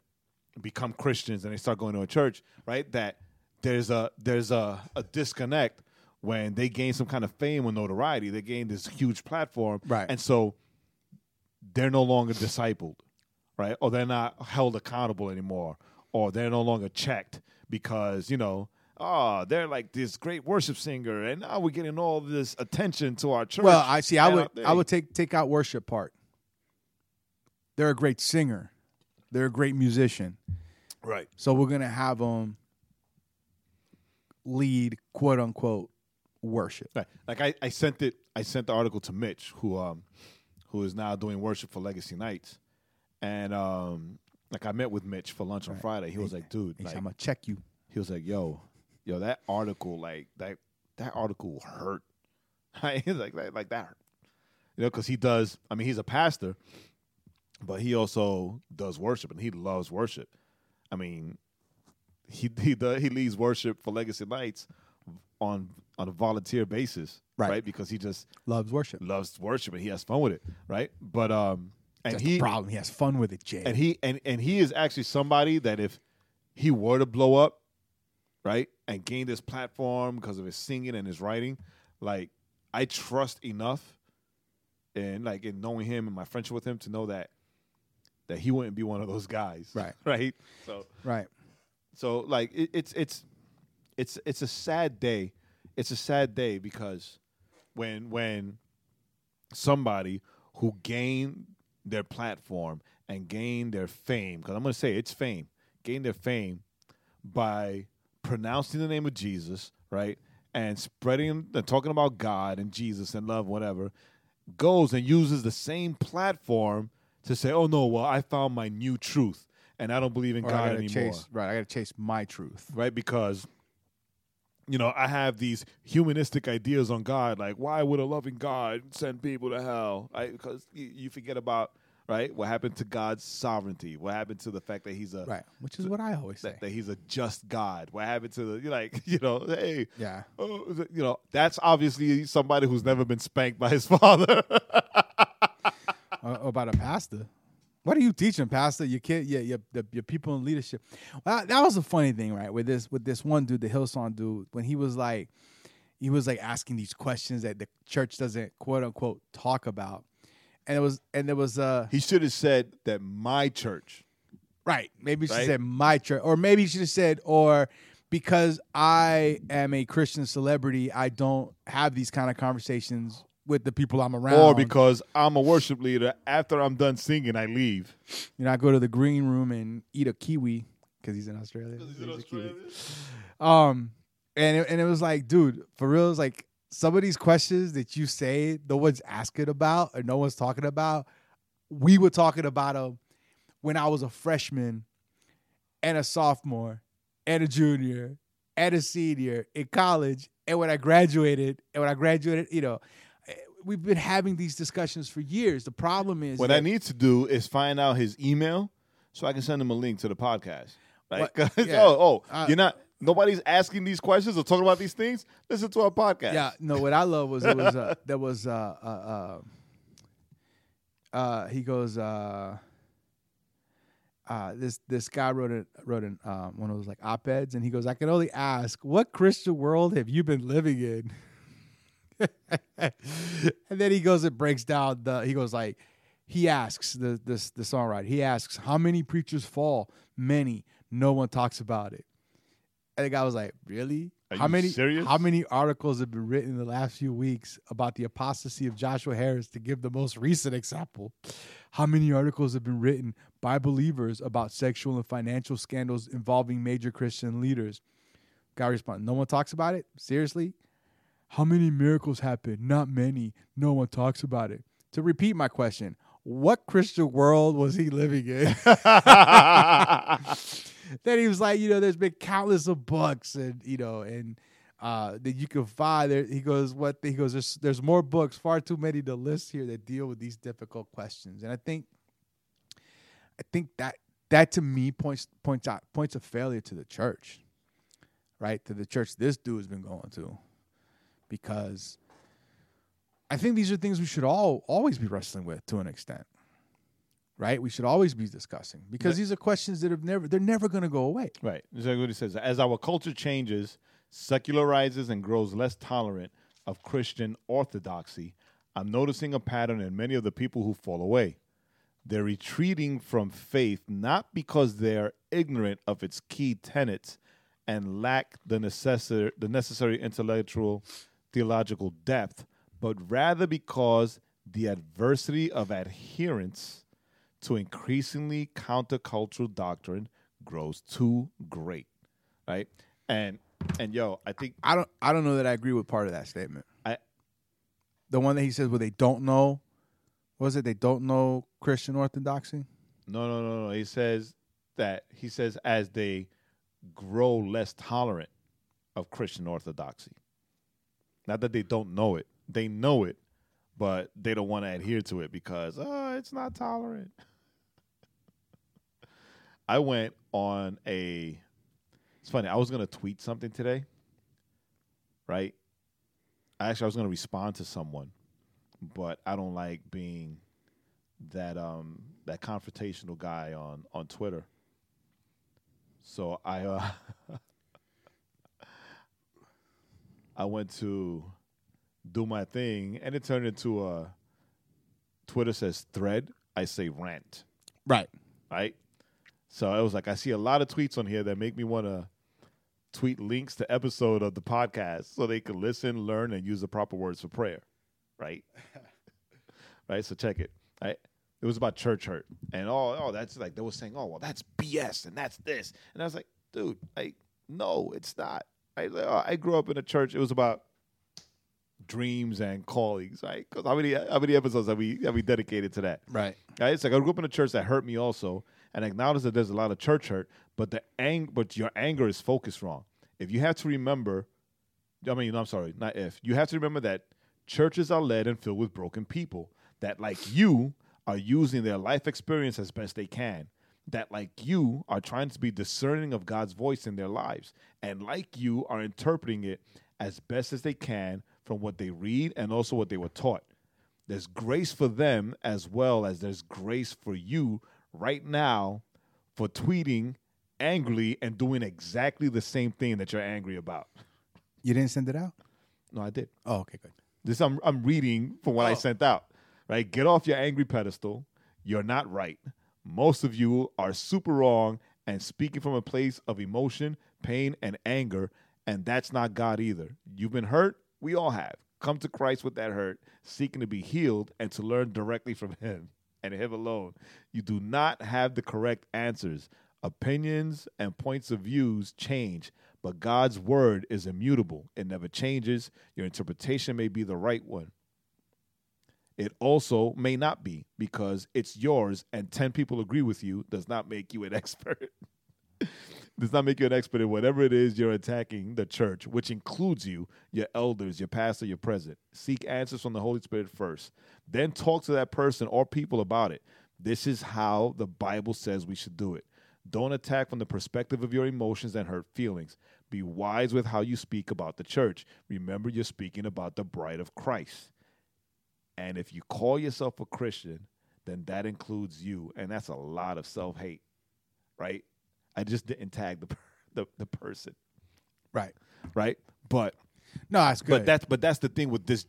Speaker 3: become Christians and they start going to a church, right? That there's a there's a, a disconnect when they gain some kind of fame or notoriety, they gain this huge platform,
Speaker 2: Right.
Speaker 3: And so they're no longer discipled, right? Or they're not held accountable anymore, or they're no longer checked because you know. Oh, they're like this great worship singer, and now we're getting all this attention to our church.
Speaker 2: Well, I see. I
Speaker 3: And
Speaker 2: would
Speaker 3: think-
Speaker 2: I would take take out worship part. They're a great singer. They're a great musician.
Speaker 3: right.
Speaker 2: So we're gonna have them lead quote unquote worship.
Speaker 3: Right. Like I, I sent it I sent the article to Mitch who um who is now doing worship for Legacy Nights. And um like I met with Mitch for lunch on Friday. He was like, dude,
Speaker 2: He said,
Speaker 3: like,
Speaker 2: I'm gonna check you.
Speaker 3: he was like, yo, yo, that article, like that that article hurt. He's like that like that hurt. You know, because he does I mean he's a pastor, but he also does worship and he loves worship. I mean, he he does, he leads worship for Legacy Nights on on a volunteer basis,
Speaker 2: Right.
Speaker 3: Because he just
Speaker 2: Loves worship.
Speaker 3: loves worship and he has fun with it, right? But um, and
Speaker 2: That's
Speaker 3: he
Speaker 2: the problem. He has fun with it, Jay.
Speaker 3: and he and and he is actually somebody that if he were to blow up, right, and gain this platform because of his singing and his writing, like I trust enough, and like in knowing him and my friendship with him to know that that he wouldn't be one of those guys,
Speaker 2: Right.
Speaker 3: right. So
Speaker 2: right.
Speaker 3: so like it, it's it's it's it's a sad day. It's a sad day because when when somebody who gained their platform and gained their fame, because I'm going to say it's fame, gained their fame by pronouncing the name of Jesus, right, and spreading and talking about God and Jesus and love, whatever, goes and uses the same platform to say, "Oh no, well I found my new truth, and I don't believe in
Speaker 2: Or I
Speaker 3: God
Speaker 2: gotta
Speaker 3: anymore."
Speaker 2: chase. Right. I gotta chase my truth.
Speaker 3: right? Because you know, I have these humanistic ideas on God, like why would a loving God send people to hell? Right? Because you, you forget about right what happened to God's sovereignty, what happened to the fact that He's a
Speaker 2: Right. Which is what I always say.
Speaker 3: that, that He's a just God, what happened to the you like you know hey
Speaker 2: Yeah.
Speaker 3: oh, is it- you know that's obviously somebody who's never been spanked by his father.
Speaker 2: Uh, about a pastor. What are you teaching, pastor? Your kid, yeah, your, the, your people in leadership. Well, that was a funny thing, right? With this, with this one dude, the Hillsong dude, when he was like, he was like asking these questions that the church doesn't quote unquote talk about, and it was, and there was uh,
Speaker 3: he should have said that my church.
Speaker 2: right. Maybe she
Speaker 3: Right?
Speaker 2: said my church, or maybe she just said, or because I am a Christian celebrity, I don't have these kind of conversations with the people I'm around,
Speaker 3: Or because I'm a worship leader, after I'm done singing, I leave.
Speaker 2: You know, I go to the green room and eat a kiwi because he's in Australia. He's a kiwi. Um, and it, and it was like, dude, for real, it's like some of these questions that you say no one's asking about or no one's talking about. We were talking about them when I was a freshman and a sophomore and a junior and a senior in college and when I graduated and when I graduated, you know, eh, we've been having these discussions for years. The problem is
Speaker 3: What
Speaker 2: that-
Speaker 3: I need to do is find out his email so I can send him a link to the podcast. Like,
Speaker 2: What-
Speaker 3: 'cause-
Speaker 2: yeah.
Speaker 3: oh, oh,
Speaker 2: Uh,
Speaker 3: you're not. Nobody's asking these questions or talking about these things. Listen to our podcast.
Speaker 2: Yeah, no. What I love was it was uh, there was uh, uh, uh, uh, he goes uh, uh, this this guy wrote a, wrote an um, one of those like op eds, and he goes, I can only ask, what Christian world have you been living in? and then he goes and breaks down the he goes like he asks the this the songwriter he asks how many preachers fall many no one talks about it and the guy was like really
Speaker 3: Are
Speaker 2: how
Speaker 3: you
Speaker 2: many
Speaker 3: serious?
Speaker 2: how many articles have been written in the last few weeks about the apostasy of Joshua Harris to give the most recent example how many articles have been written by believers about sexual and financial scandals involving major Christian leaders guy responds no one talks about it seriously how many miracles happen? Not many. No one talks about it. To repeat my question, what Christian world was he living in? then he was like, you know, there's been countless of books, and you know, and uh, that you can find. There, he goes, what he goes, there's there's more books, far too many to list here that deal with these difficult questions, and I think, I think that that to me points points out points a failure to the church, right? To the church this dude's been going to, because I think these are things we should all always be wrestling with to an extent right? We should always be discussing because these are questions that have never they're never going to go away.
Speaker 3: Right. Exactly what he says. As our culture changes, secularizes, and grows less tolerant of Christian orthodoxy, I'm noticing a pattern in many of the people who fall away. They're retreating from faith not because they're ignorant of its key tenets and lack the, necessar- the necessary intellectual theological depth, but rather because the adversity of adherence to increasingly countercultural doctrine grows too great, right? And and yo, I think
Speaker 2: I don't I don't know that I agree with part of that statement.
Speaker 3: I-
Speaker 2: the one that he says where they don't know what was it they don't know Christian orthodoxy?
Speaker 3: no, no, no, no. He says that he says as they grow less tolerant of Christian orthodoxy. Not that they don't know it; they know it, but they don't want to adhere to it because uh, it's not tolerant. I went on a. It's funny. I was gonna tweet something today, right? Actually, I was gonna respond to someone, but I don't like being that um that confrontational guy on on Twitter. So I uh, I went to do my thing, and it turned into a Twitter says thread. I say rant
Speaker 2: Right.
Speaker 3: right? So it was like I see a lot of tweets on here that make me want to tweet links to episode of the podcast so they can listen, learn, and use the proper words for prayer, right? right. So check it. Right. It was about church hurt, and oh, oh, that's like they were saying, oh, well, that's BS, and that's this, and I was like, dude, like, no, it's not. I uh, I grew up in a church. It was about dreams and callings, right? Because how many how many episodes have we have we dedicated to that?
Speaker 2: Right.
Speaker 3: Right? It's like I grew up in a church that hurt me also, and I acknowledge that there's a lot of church hurt, but the ang- but your anger is focused wrong. If you have to remember, I mean, I'm sorry, not if you have to remember that churches are led and filled with broken people that, like you, are using their life experience as best they can. That, like you, are trying to be discerning of God's voice in their lives, and like you, are interpreting it as best as they can from what they read and also what they were taught. There's grace for them as well as there's grace for you right now for tweeting angrily and doing exactly the same thing that you're angry about.
Speaker 2: You didn't send it out?
Speaker 3: No, I did.
Speaker 2: Oh, okay, good.
Speaker 3: This I'm I'm reading from what I sent out. Right? Get off your angry pedestal. You're not right. Most of you are super wrong and speaking from a place of emotion, pain, and anger, and that's not God either. You've been hurt. We all have. Come to Christ with that hurt, seeking to be healed and to learn directly from Him and Him alone. You do not have the correct answers. Opinions and points of views change, but God's word is immutable. It never changes. Your interpretation may be the right one. It also may not be because it's yours and 10 people agree with you does not make you an expert. does not make you an expert in whatever it is you're attacking the church, which includes you, your elders, your pastor, your president. Seek answers from the Holy Spirit first. Then talk to that person or people about it. This is how the Bible says we should do it. Don't attack from the perspective of your emotions and hurt feelings. Be wise with how you speak about the church. Remember, you're speaking about the bride of Christ. And if you call yourself a Christian, then that includes you. And that's a lot of self hate, right? I just didn't tag the, per- the the person,
Speaker 2: Right.
Speaker 3: right? But
Speaker 2: No, that's good.
Speaker 3: but that's but that's the thing with this.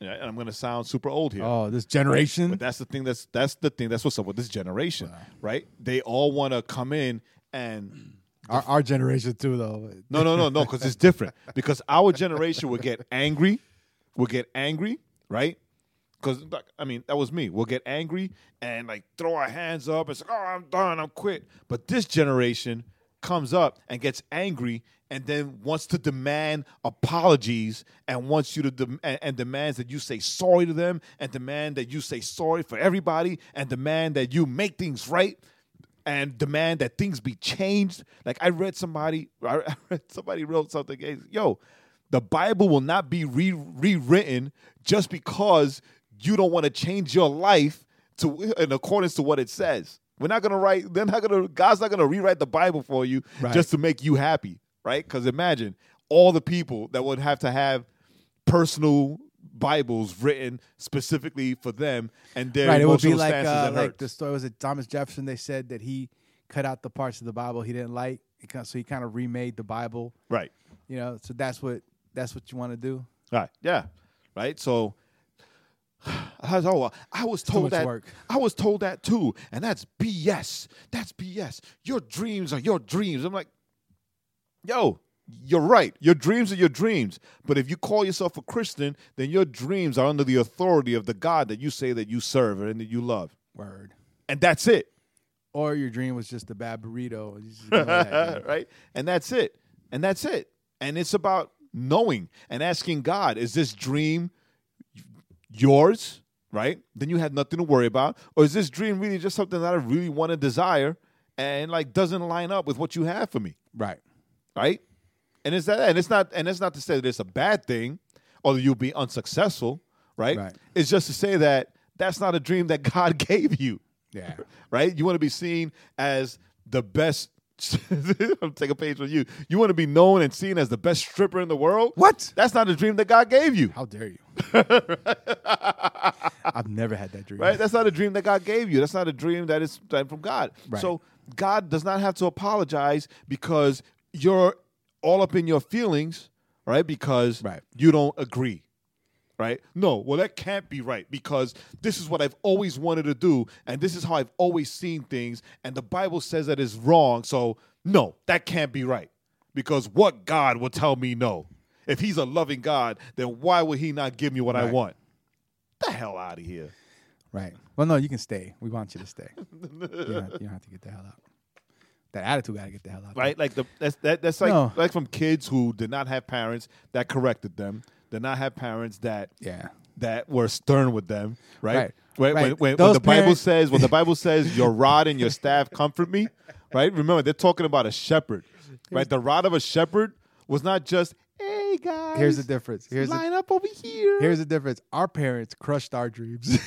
Speaker 3: And I- and I'm gonna sound super old here.
Speaker 2: oh, this generation.
Speaker 3: But that's the thing. That's that's the thing. That's what's up with this generation, right? They all want to come in and
Speaker 2: our, our generation too, though.
Speaker 3: no, no, no, no, because it's different. Because our generation will get angry, will get angry, right? Because I mean, that was me. We'll get angry and like throw our hands up and say, "Oh, I'm done. I'm quit." But this generation comes up and gets angry and then wants to demand apologies and wants you to dem- and, and demands that you say sorry to them and demand that you say sorry for everybody and demand that you make things right and demand that things be changed. Like I read somebody, I read somebody wrote something. hey, Yo, the Bible will not be re- rewritten just because you don't want to change your life to in accordance to what it says. We're not gonna write. They're not gonna. God's not gonna rewrite the Bible for you
Speaker 2: Right.
Speaker 3: just to make you happy, right? Because imagine all the people that would have to have personal Bibles written specifically for them and their
Speaker 2: right. It would be
Speaker 3: emotional
Speaker 2: like
Speaker 3: stances
Speaker 2: uh,
Speaker 3: and
Speaker 2: like
Speaker 3: hurts.
Speaker 2: the story was it Thomas Jefferson? They said that he cut out the parts of the Bible he didn't like, he kind- so he kind of remade the Bible.
Speaker 3: right.
Speaker 2: You know, so that's what that's what you want to do.
Speaker 3: Right. Yeah. Right. So, I was, oh, I was told
Speaker 2: much
Speaker 3: that
Speaker 2: work.
Speaker 3: I was told that too, and that's BS. That's BS. Your dreams are your dreams. I'm like, yo, you're right. Your dreams are your dreams. But if you call yourself a Christian, then your dreams are under the authority of the God that you say that you serve and that you love,
Speaker 2: Word.
Speaker 3: and that's it.
Speaker 2: Or your dream was just a bad burrito. You just ignore that dream.
Speaker 3: Uh, right? And that's it. And that's it. And it's about knowing and asking God, is this dream yours? Right? Then you have nothing to worry about. Or is this dream really just something that I really want to desire and like doesn't line up with what you have for me?
Speaker 2: right.
Speaker 3: Right? And it's that and it's not and it's not to say that it's a bad thing or that you'll be unsuccessful, right?
Speaker 2: Right.
Speaker 3: It's just to say that that's not a dream that God gave you
Speaker 2: Yeah.
Speaker 3: right? You want to be seen as the best. I'm taking a page from you. You want to be known and seen as the best stripper in the world?
Speaker 2: What?
Speaker 3: That's not a dream that God gave you,
Speaker 2: How dare you? I've never had that dream.
Speaker 3: right? That's not a dream that God gave you. That's not a dream that is that from God.
Speaker 2: Right.
Speaker 3: So God does not have to apologize because you're all up in your feelings, right? Because
Speaker 2: Right.
Speaker 3: you don't agree. right? No, well, that can't be right because this is what I've always wanted to do, and this is how I've always seen things, and the Bible says that is wrong. So, no, that can't be right because what God will tell me no? If He's a loving God, then why would He not give me what I
Speaker 2: Right.
Speaker 3: want? The hell out of here.
Speaker 2: Right. Well, no, you can stay. We want you to stay. you, don't, you don't have to get the hell out. That attitude got to get the hell out.
Speaker 3: right? Like the that's that, that's like
Speaker 2: No.
Speaker 3: like from kids who did not have parents that corrected them, did not have parents that
Speaker 2: Yeah.
Speaker 3: that were stern with them, right?
Speaker 2: Right,
Speaker 3: When, when-
Speaker 2: right.
Speaker 3: when- when
Speaker 2: Those
Speaker 3: the Bible
Speaker 2: parents-
Speaker 3: says, when the Bible says, your rod and your staff comfort me, right? Remember, they're talking about a shepherd, right? The rod of a shepherd was not just, hey guys,
Speaker 2: Here's the difference. Here's the,
Speaker 3: line up over here.
Speaker 2: here's the difference. Our parents crushed our dreams.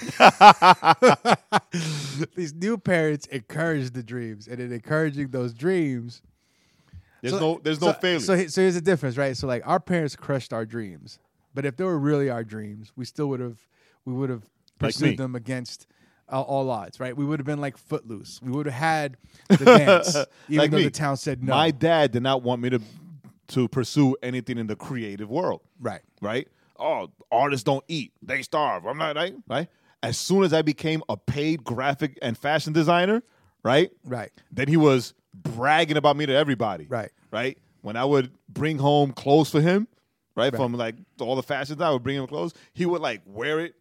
Speaker 2: These new parents encourage the dreams, and in encouraging those dreams,
Speaker 3: there's
Speaker 2: So-
Speaker 3: no, there's no
Speaker 2: so-
Speaker 3: failure.
Speaker 2: So, he- so here's the difference, right? So like our parents crushed our dreams, but if they were really our dreams, we still would have we would have
Speaker 3: Like
Speaker 2: pursued
Speaker 3: me.
Speaker 2: them against uh, all odds, right? We would have been like footloose. We would have had the dance, even
Speaker 3: Like
Speaker 2: though
Speaker 3: me.
Speaker 2: the town said no.
Speaker 3: My dad did not want me to to pursue anything in the creative world.
Speaker 2: right,
Speaker 3: right? Oh, artists don't eat; they starve. I'm not right, right. As soon as I became a paid graphic and fashion designer, right,
Speaker 2: right,
Speaker 3: then he was bragging about me to everybody,
Speaker 2: Right.
Speaker 3: right. When I would bring home clothes for him, right, from like all the fashions, I would bring him clothes. He would like wear it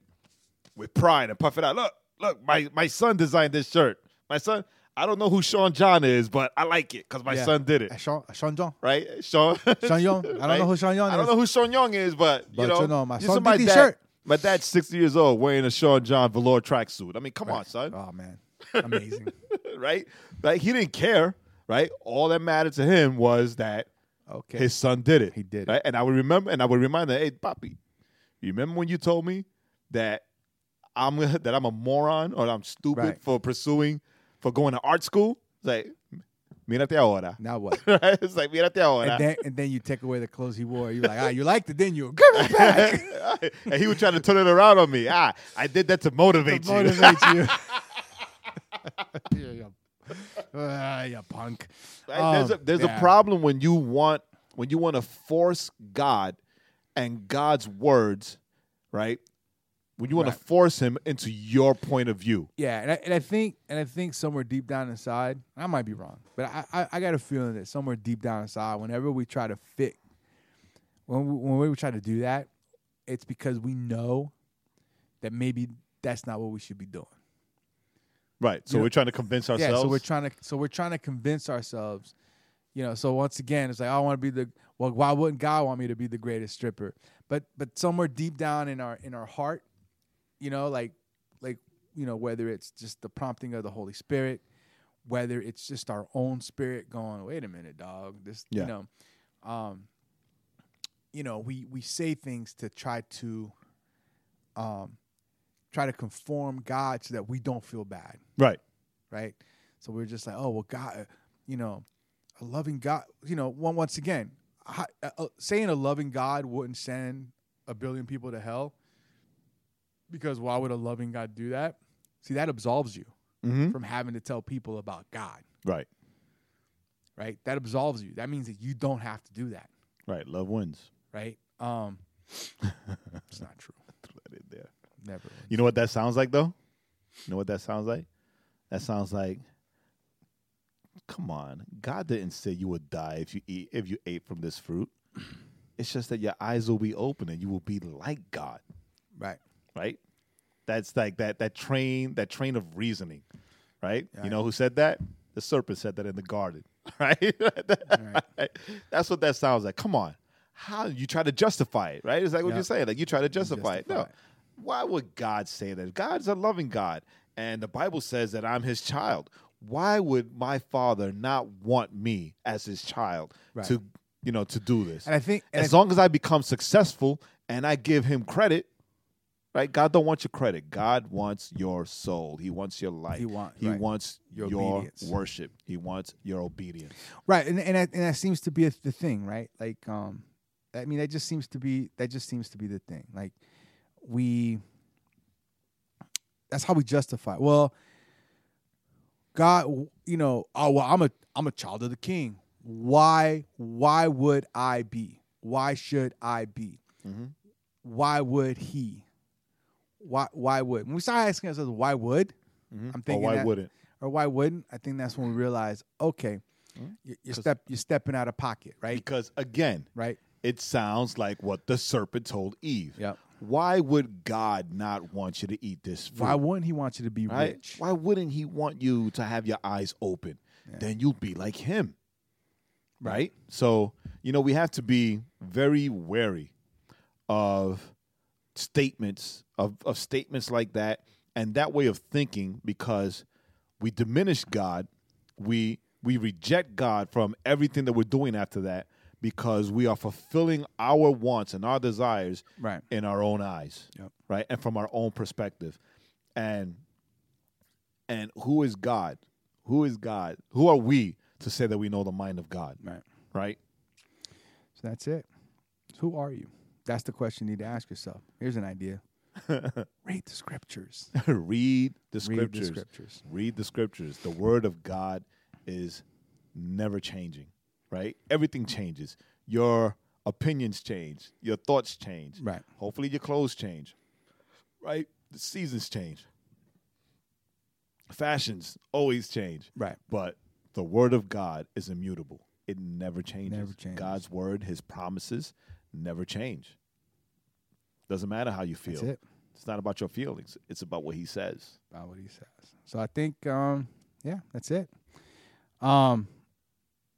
Speaker 3: with pride and puff it out. Look, look, my my son designed this shirt. My son, I don't know who Sean John is, but I like it because my
Speaker 2: Yeah.
Speaker 3: son did it,
Speaker 2: Uh, Sean, uh, Sean John.
Speaker 3: right? Sean,
Speaker 2: Sean Young. I don't know who Sean Young
Speaker 3: I don't
Speaker 2: is.
Speaker 3: know who Sean Young is, but you
Speaker 2: But
Speaker 3: know,
Speaker 2: you know, my
Speaker 3: you
Speaker 2: son
Speaker 3: see
Speaker 2: did
Speaker 3: my
Speaker 2: this
Speaker 3: dad,
Speaker 2: shirt.
Speaker 3: My dad's sixty years old, wearing a Sean John velour tracksuit. I mean, come on, son,
Speaker 2: Oh man, amazing.
Speaker 3: right? Like he didn't care, right? All that mattered to him was that
Speaker 2: Okay.
Speaker 3: his son did it.
Speaker 2: He did it.
Speaker 3: Right? And I would remember, and I would remind her, hey, Papi, you remember when you told me that I'm that I'm a moron or I'm stupid
Speaker 2: Right.
Speaker 3: for pursuing, for going to art school? It's like, mírate ahora.
Speaker 2: now what?
Speaker 3: Right? It's like, mírate ahora.
Speaker 2: and then and then you take away the clothes he wore. You're like, ah, you liked it, didn't you? Give it back.
Speaker 3: and he was trying to turn it around on me. Ah, I did that to motivate
Speaker 2: to
Speaker 3: you.
Speaker 2: motivate you. you. Ah, you punk.
Speaker 3: Right? there's a,
Speaker 2: Um,
Speaker 3: there's
Speaker 2: yeah.
Speaker 3: a problem when you want when you want to force God and God's words, right? When you want
Speaker 2: Right.
Speaker 3: to force Him into your point of view.
Speaker 2: Yeah, and I, and I think and I think somewhere deep down inside, I might be wrong, but I, I, I got a feeling that somewhere deep down inside, whenever we try to fit, when we, when we try to do that, it's because we know that maybe that's not what we should be doing.
Speaker 3: Right. So
Speaker 2: You know-
Speaker 3: we're trying to convince ourselves.
Speaker 2: Yeah, so we're trying to so we're trying to convince ourselves, you know. So once again, it's like I want to be the well. Why wouldn't God want me to be the greatest stripper? But but somewhere deep down in our in our heart, you know, like like you know whether it's just the prompting of the Holy Spirit, whether it's just our own spirit going, wait a minute, dog, this
Speaker 3: Yeah.
Speaker 2: you know, um, you know, we we say things to try to, um, try to conform God so that we don't feel bad
Speaker 3: right.
Speaker 2: right? So we're just like, oh well, God, you know, a loving God, you know, one once again, I, uh, uh, saying a loving God wouldn't send a billion people to hell, because why would a loving God do that? See, that absolves you
Speaker 3: Mm-hmm.
Speaker 2: from having to tell people about God,
Speaker 3: Right.
Speaker 2: right? That absolves you. That means that you don't have to do that,
Speaker 3: Right. Love wins.
Speaker 2: right? Um, it's not true.
Speaker 3: Throw that in there.
Speaker 2: Never.
Speaker 3: You know what that sounds like, though. You know what that sounds like? That sounds like. Come on, God didn't say you would die if you eat if you ate from this fruit. It's just that your eyes will be open and you will be like God.
Speaker 2: Right.
Speaker 3: right? That's like that that train that train of reasoning, right?
Speaker 2: Yeah.
Speaker 3: You know who said that? The serpent said that in the garden, right? That's what that sounds like. Come on, how you try to justify it, right? It's like what
Speaker 2: Yeah.
Speaker 3: you're saying, like you try to justify, it. No,
Speaker 2: justify
Speaker 3: why would God say that? God's a loving God, and the Bible says that I'm His child. Why would my father not want me as His child
Speaker 2: Right.
Speaker 3: to, you know, to do this?
Speaker 2: And I think and I
Speaker 3: as long as I become successful and I give him credit, right? God don't want your credit. God wants your soul. He wants your life.
Speaker 2: He want-
Speaker 3: He
Speaker 2: right.
Speaker 3: wants
Speaker 2: Your
Speaker 3: your,
Speaker 2: obedience.
Speaker 3: worship. He wants your obedience.
Speaker 2: right and and that, and that seems to be a, the thing right like um i mean that just seems to be that just seems to be the thing like we that's how we justify well god you know oh well i'm a i'm a child of the king why why would i be why should i be Mm-hmm.
Speaker 3: Mhm.
Speaker 2: why would he why why would when we start asking ourselves why would I'm
Speaker 3: Mm-hmm. Or
Speaker 2: thinking
Speaker 3: why
Speaker 2: that-
Speaker 3: wouldn't?
Speaker 2: or why wouldn't i think that's when we realize okay
Speaker 3: Mm.
Speaker 2: you- you're
Speaker 3: 'Cause-
Speaker 2: step you're stepping out of pocket right
Speaker 3: Because again,
Speaker 2: right?
Speaker 3: it sounds like what the serpent told Eve.
Speaker 2: Yep.
Speaker 3: Why would God not want you to eat this fruit?
Speaker 2: Why wouldn't he want you to be
Speaker 3: right?
Speaker 2: rich?
Speaker 3: Why wouldn't he want you to have your eyes open? Then you'll be like him. Right? So, you know, we have to be very wary of statements of, of statements like that and that way of thinking because we diminish God, we we reject God from everything that we're doing after that because we are fulfilling our wants and our desires
Speaker 2: Right.
Speaker 3: in our own eyes
Speaker 2: Yep.
Speaker 3: right and from our own perspective and and who is god who is god who are we to say that we know the mind of god
Speaker 2: Right.
Speaker 3: right
Speaker 2: So that's it. So who are you? That's the question you need to ask yourself. Here's an idea. Read the scriptures.
Speaker 3: read the
Speaker 2: Read the
Speaker 3: scriptures
Speaker 2: scriptures.
Speaker 3: read the scriptures the word of god is never changing right everything changes your opinions change your thoughts change
Speaker 2: Right.
Speaker 3: hopefully your clothes change right the seasons change fashions always change
Speaker 2: Right.
Speaker 3: But the word of God is immutable. It never changes.
Speaker 2: Never changes.
Speaker 3: God's word, his promises never change. Doesn't matter how you feel.
Speaker 2: That's it.
Speaker 3: It's not about your feelings. It's about what he says.
Speaker 2: About what he says. So I think um yeah, that's it. Um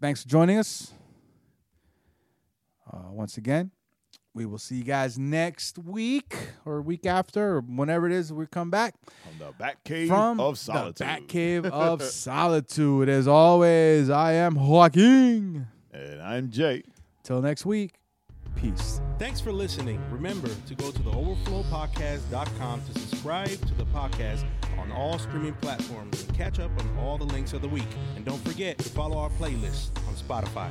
Speaker 2: thanks for joining us. Uh, once again, We will see you guys next week or week after or whenever it is we come back
Speaker 3: From the Batcave
Speaker 2: from
Speaker 3: of Solitude.
Speaker 2: the Batcave of Solitude. As always, I am Joaquin.
Speaker 3: And I'm Jay.
Speaker 2: Till next week, peace.
Speaker 4: Thanks for listening. Remember to go to the overflowpodcast.com to subscribe to the podcast on all streaming platforms and catch up on all the links of the week. And don't forget to follow our playlist on Spotify.